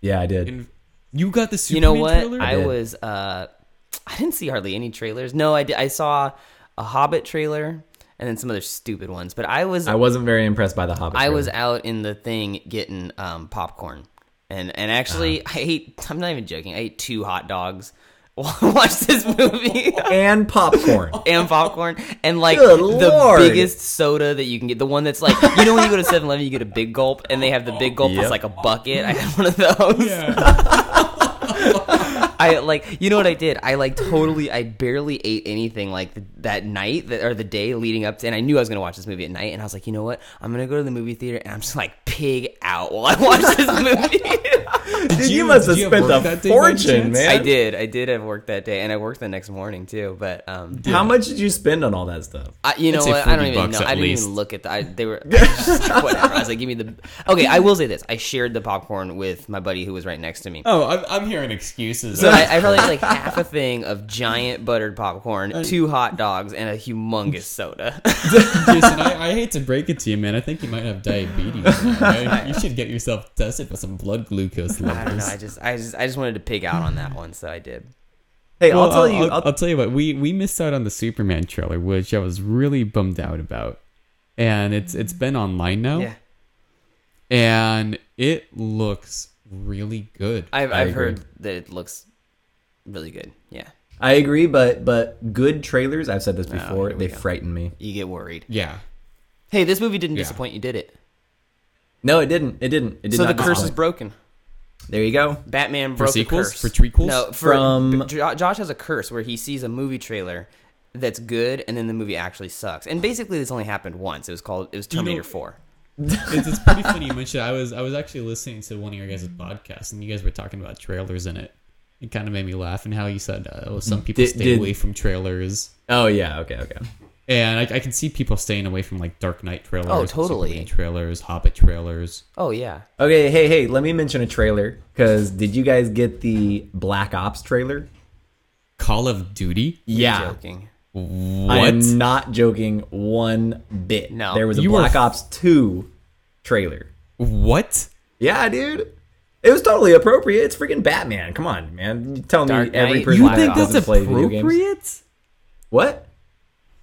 S4: Yeah, I did.
S3: And you got the
S2: you
S3: Superman
S2: know what?
S3: trailer?
S2: I
S4: Yeah.
S2: was uh, I didn't see hardly any trailers. No, I did- I saw a Hobbit trailer and then some other stupid ones. But I was
S4: I wasn't very impressed by the Hobbit.
S2: I
S4: trailer.
S2: was out in the thing getting um, popcorn, and and actually
S4: Uh-huh.
S2: I ate. I'm not even joking. I ate two hot dogs. (laughs) while I watched this movie (laughs)
S4: and popcorn.
S2: and popcorn and like
S4: Good
S2: the
S4: lord.
S2: biggest soda that you can get. The one that's like you know when you go to 7-Eleven you get a big gulp and they have the big gulp that's
S4: Yep.
S2: like a bucket. I had one of those.
S3: Yeah.
S2: I like you know what I did? I like totally I barely ate anything like th- that night that, or the day leading up to and I knew I was going to watch this movie at night and I was like, "You know what? I'm going to go to the movie theater and I'm just like pig out while I watch
S3: (laughs)
S2: this movie."
S4: Dude,
S3: you-
S4: you must
S3: (laughs)
S4: have
S3: did you have
S4: spent
S3: work that
S4: a
S3: day by any
S4: fortune,
S3: chance?
S4: man.
S2: I did. I did have work that day and I worked the next morning too, but um
S4: How much did you spend on all that stuff?
S2: I, you
S3: I'd
S2: know
S3: say
S2: what? I don't
S3: 40
S2: even
S3: bucks
S2: know.
S3: at
S2: I didn't
S3: least.
S2: even look at the. I, they
S3: (laughs)
S2: were I was just like, whatever. I was like, give me the. Okay, I will say this. I shared the popcorn with my buddy who was right next to me.
S3: Oh, I'm, I'm hearing excuses.
S2: (laughs) So I, I probably had like half a thing of giant buttered popcorn, two hot dogs, and a humongous soda.
S3: (laughs)
S2: (laughs)
S3: Jason, I, I hate to break it to you, man. I think you might have diabetes.
S2: (laughs)
S3: now, right? You should get yourself tested for some blood glucose
S2: I don't know.
S3: levels.
S2: I just, I just, I just wanted to pig out on that one, so I did.
S4: Hey,
S3: Well,
S4: I'll
S2: uh,
S4: tell you.
S3: I'll,
S4: I'll,
S3: tell you what. We we missed out on the Superman trailer, which I was really bummed out about, and it's it's been online now,
S2: Yeah,
S3: and it looks really good.
S2: I've,
S4: I
S2: I've
S4: agree.
S2: heard that it looks really good. Yeah,
S4: I agree, but but good trailers. I've said this before.
S2: Oh, here we
S4: they
S2: go.
S4: frighten me.
S2: you get worried.
S3: yeah,
S2: Hey, this movie didn't
S3: Yeah.
S2: disappoint. You did it.
S4: No, it didn't. It didn't. It did
S2: so
S4: not
S2: the curse is
S4: disappoint.
S2: broken.
S4: There you go.
S2: Batman broke
S3: sequels?
S2: the curse
S3: For trequels?
S2: No, for,
S4: From-
S2: B- Jo- Josh has a curse where he sees a movie trailer that's good, and then the movie actually sucks. And basically, this only happened once. It was called it was
S3: know-
S2: Terminator Four.
S3: it's, it's pretty funny you mentioned. it. I was I was actually listening to one of your guys' podcasts, and you guys were talking about trailers in it. It kind of made me laugh, and how you said, uh, "Oh, some people
S4: Did-
S3: stay
S4: did-
S3: away from trailers."
S4: Oh yeah. Okay. Okay.
S3: And I, I can see people staying away from like Dark Knight trailers,
S2: Oh, totally.
S3: Superman trailers, Hobbit trailers.
S2: Oh yeah.
S4: Okay. Hey hey. Let me mention a trailer because did you guys get the Black Ops trailer?
S3: Call of Duty.
S4: Yeah.
S2: Joking.
S4: I'm not joking one bit.
S2: No.
S4: There was a
S3: You were
S4: Black
S3: f-
S4: Ops 2 trailer.
S3: What?
S4: Yeah, dude. It was totally appropriate. It's freaking Batman. Come on, man. You tell
S2: Dark
S4: me every
S2: Knight.
S4: person
S3: You
S4: that
S3: think
S4: doesn't
S3: that's
S4: play video games.
S3: appropriate?
S4: What?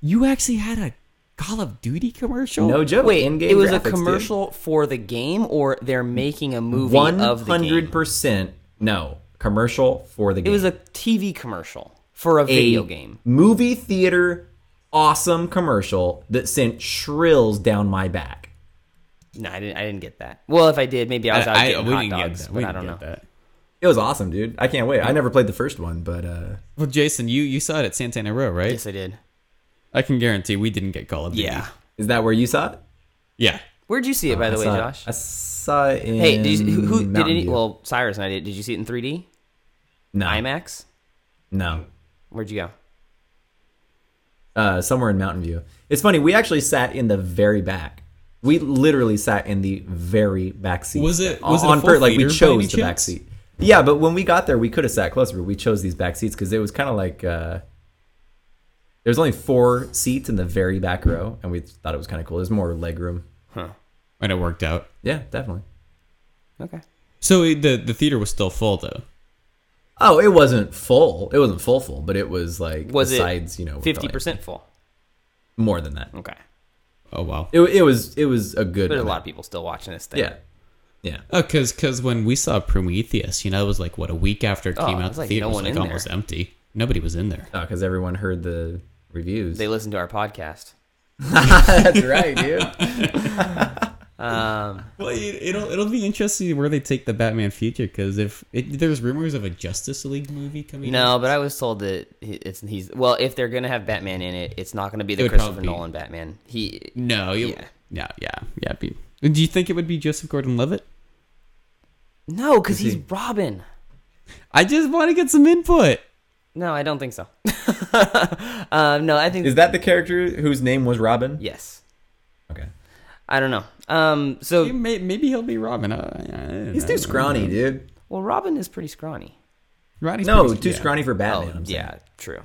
S3: You actually had a Call of Duty commercial?
S4: No joke.
S2: Wait,
S4: In-game
S2: it was
S4: graphics,
S2: a
S4: dude.
S2: commercial for the game, or they're making a movie of the game.
S4: 100% no. Commercial for the game.
S2: It was a TV commercial for a video game.
S4: Movie theater awesome commercial that sent shrills down my back.
S2: No, I didn't. I didn't get that. Well, if I did, maybe I was out
S3: I, I,
S2: getting
S3: we
S2: hot
S3: didn't get
S2: dogs,
S3: that. We
S2: but
S3: didn't
S2: I don't know.
S3: get that.
S4: It was awesome, dude. I can't wait. I never played the first one, but uh
S3: Well, Jason, you, you saw it at Santana Row, right?
S2: Yes, I did.
S3: I can guarantee we didn't get Call of Duty.
S2: Yeah.
S4: is that where you saw it?
S3: Yeah.
S2: Where'd you see it, by the way,
S4: saw-
S2: Josh?
S4: I saw it in.
S2: Hey, did you, who, who did
S4: Mountain
S2: any?
S4: View.
S2: Well, Cyrus and I did. Did you see it in 3D
S4: no,
S2: IMAX?
S4: no,
S2: Where'd you go?
S4: uh, somewhere in Mountain View. It's funny. We actually sat in the very back. We literally sat in the very back seat.
S3: Was it- was it a full
S4: pur- like we
S3: theater by any
S4: chose the back
S3: chance?
S4: seat? Yeah, but when we got there, we could have sat closer, but we chose these back seats because it was kind of like uh, there was only four seats in the very back row, and we thought it was kind of cool. There's more leg room.
S3: And it worked out.
S4: Yeah, definitely.
S2: Okay.
S3: So it- the, the theater was still full, though.
S4: Oh, it wasn't full. It wasn't full full, but it was like
S2: Was
S4: besides,
S2: it
S4: you know we're
S2: fifty
S4: probably-
S2: percent full?
S4: more than that.
S2: Okay.
S3: Oh, wow.
S4: It, it was it was a good.
S2: There's a lot of people still watching this thing.
S4: Yeah, yeah.
S3: Oh, because when we saw Prometheus, you know, it was like, what, a week after it
S2: Oh,
S3: came
S2: it
S3: out,
S2: was
S3: the
S2: like
S3: theater
S2: no
S3: was
S2: one
S3: like
S2: in there.
S3: almost empty. Nobody was in there.
S4: Because Oh, everyone heard the reviews.
S2: They listen to our podcast.
S4: That's right, dude.
S2: Um,
S3: Well, it, it'll it'll be interesting where they take the Batman future because if it, there's rumors of a Justice League movie coming, out.
S2: no, but I was told that he- it's he's well. If they're gonna have Batman in it, it's not gonna be
S3: It
S2: the
S3: would
S2: Christopher
S3: probably be-
S2: Nolan Batman. He
S3: no, you,
S2: Yeah.
S3: Yeah, yeah, yeah. Be, do you think it would be Joseph Gordon-Levitt?
S2: No, because
S4: Is he-
S2: he's Robin.
S3: I just want to get some input.
S2: No, I don't think so. (laughs) um, no, I think
S4: (laughs) Is that the character whose name was Robin?
S2: yes.
S4: Okay.
S2: I don't know. Um, so
S3: May- Maybe he'll be Robin. Uh, I don't
S4: He's
S3: know.
S4: too scrawny, dude.
S2: well, Robin is pretty scrawny.
S3: Roddy's
S4: No,
S3: pretty-
S4: too
S3: yeah.
S4: scrawny for
S2: Oh,
S4: Batman. I'm saying.
S2: yeah, true.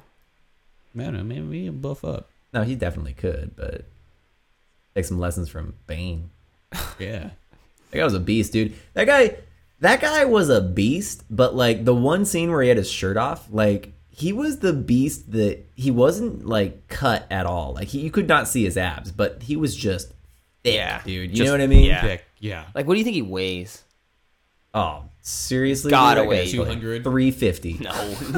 S3: I don't know. Maybe he'll buff up.
S4: No, he definitely could, but take some lessons from Bane.
S3: Yeah.
S4: That guy was a beast, dude. That guy, that guy was a beast. But like the one scene where he had his shirt off, like he was the beast that he wasn't like cut at all. Like he, you could not see his abs, but he was just thick,
S2: Yeah.
S4: dude. You
S3: Just
S4: know what I mean?
S2: yeah.
S3: Thick.
S2: (laughs)
S3: Yeah.
S2: Like, what do you think he weighs?
S4: Oh, seriously?
S2: Gotta
S4: That guy's
S2: weigh
S4: like
S3: 200.
S4: 350.
S2: (laughs)
S4: (laughs)
S2: No,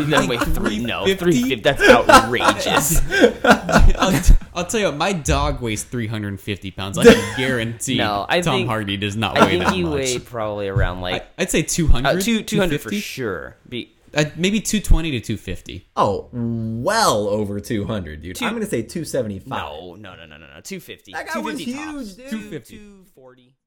S2: no, wait, three, no,
S3: 350?
S2: three. That's outrageous.
S3: I'll, I'll tell you what, my dog weighs
S2: (laughs)
S3: 350 pounds. I can guarantee
S2: No, I
S3: Tom
S2: think-
S3: Hardy does not weigh
S2: I think
S3: that
S2: he
S3: much.
S2: weighed probably around like
S3: I, would say 200.
S2: uh, two two hundred for
S3: 250?
S2: sure. Be,
S3: Uh, maybe 220 to 250.
S4: Oh, well over 200, dude. I'm going to say 275.
S2: no, no, no, no, no, no. Two fifty.
S4: That guy was huge, dude.
S2: 250. Two forty.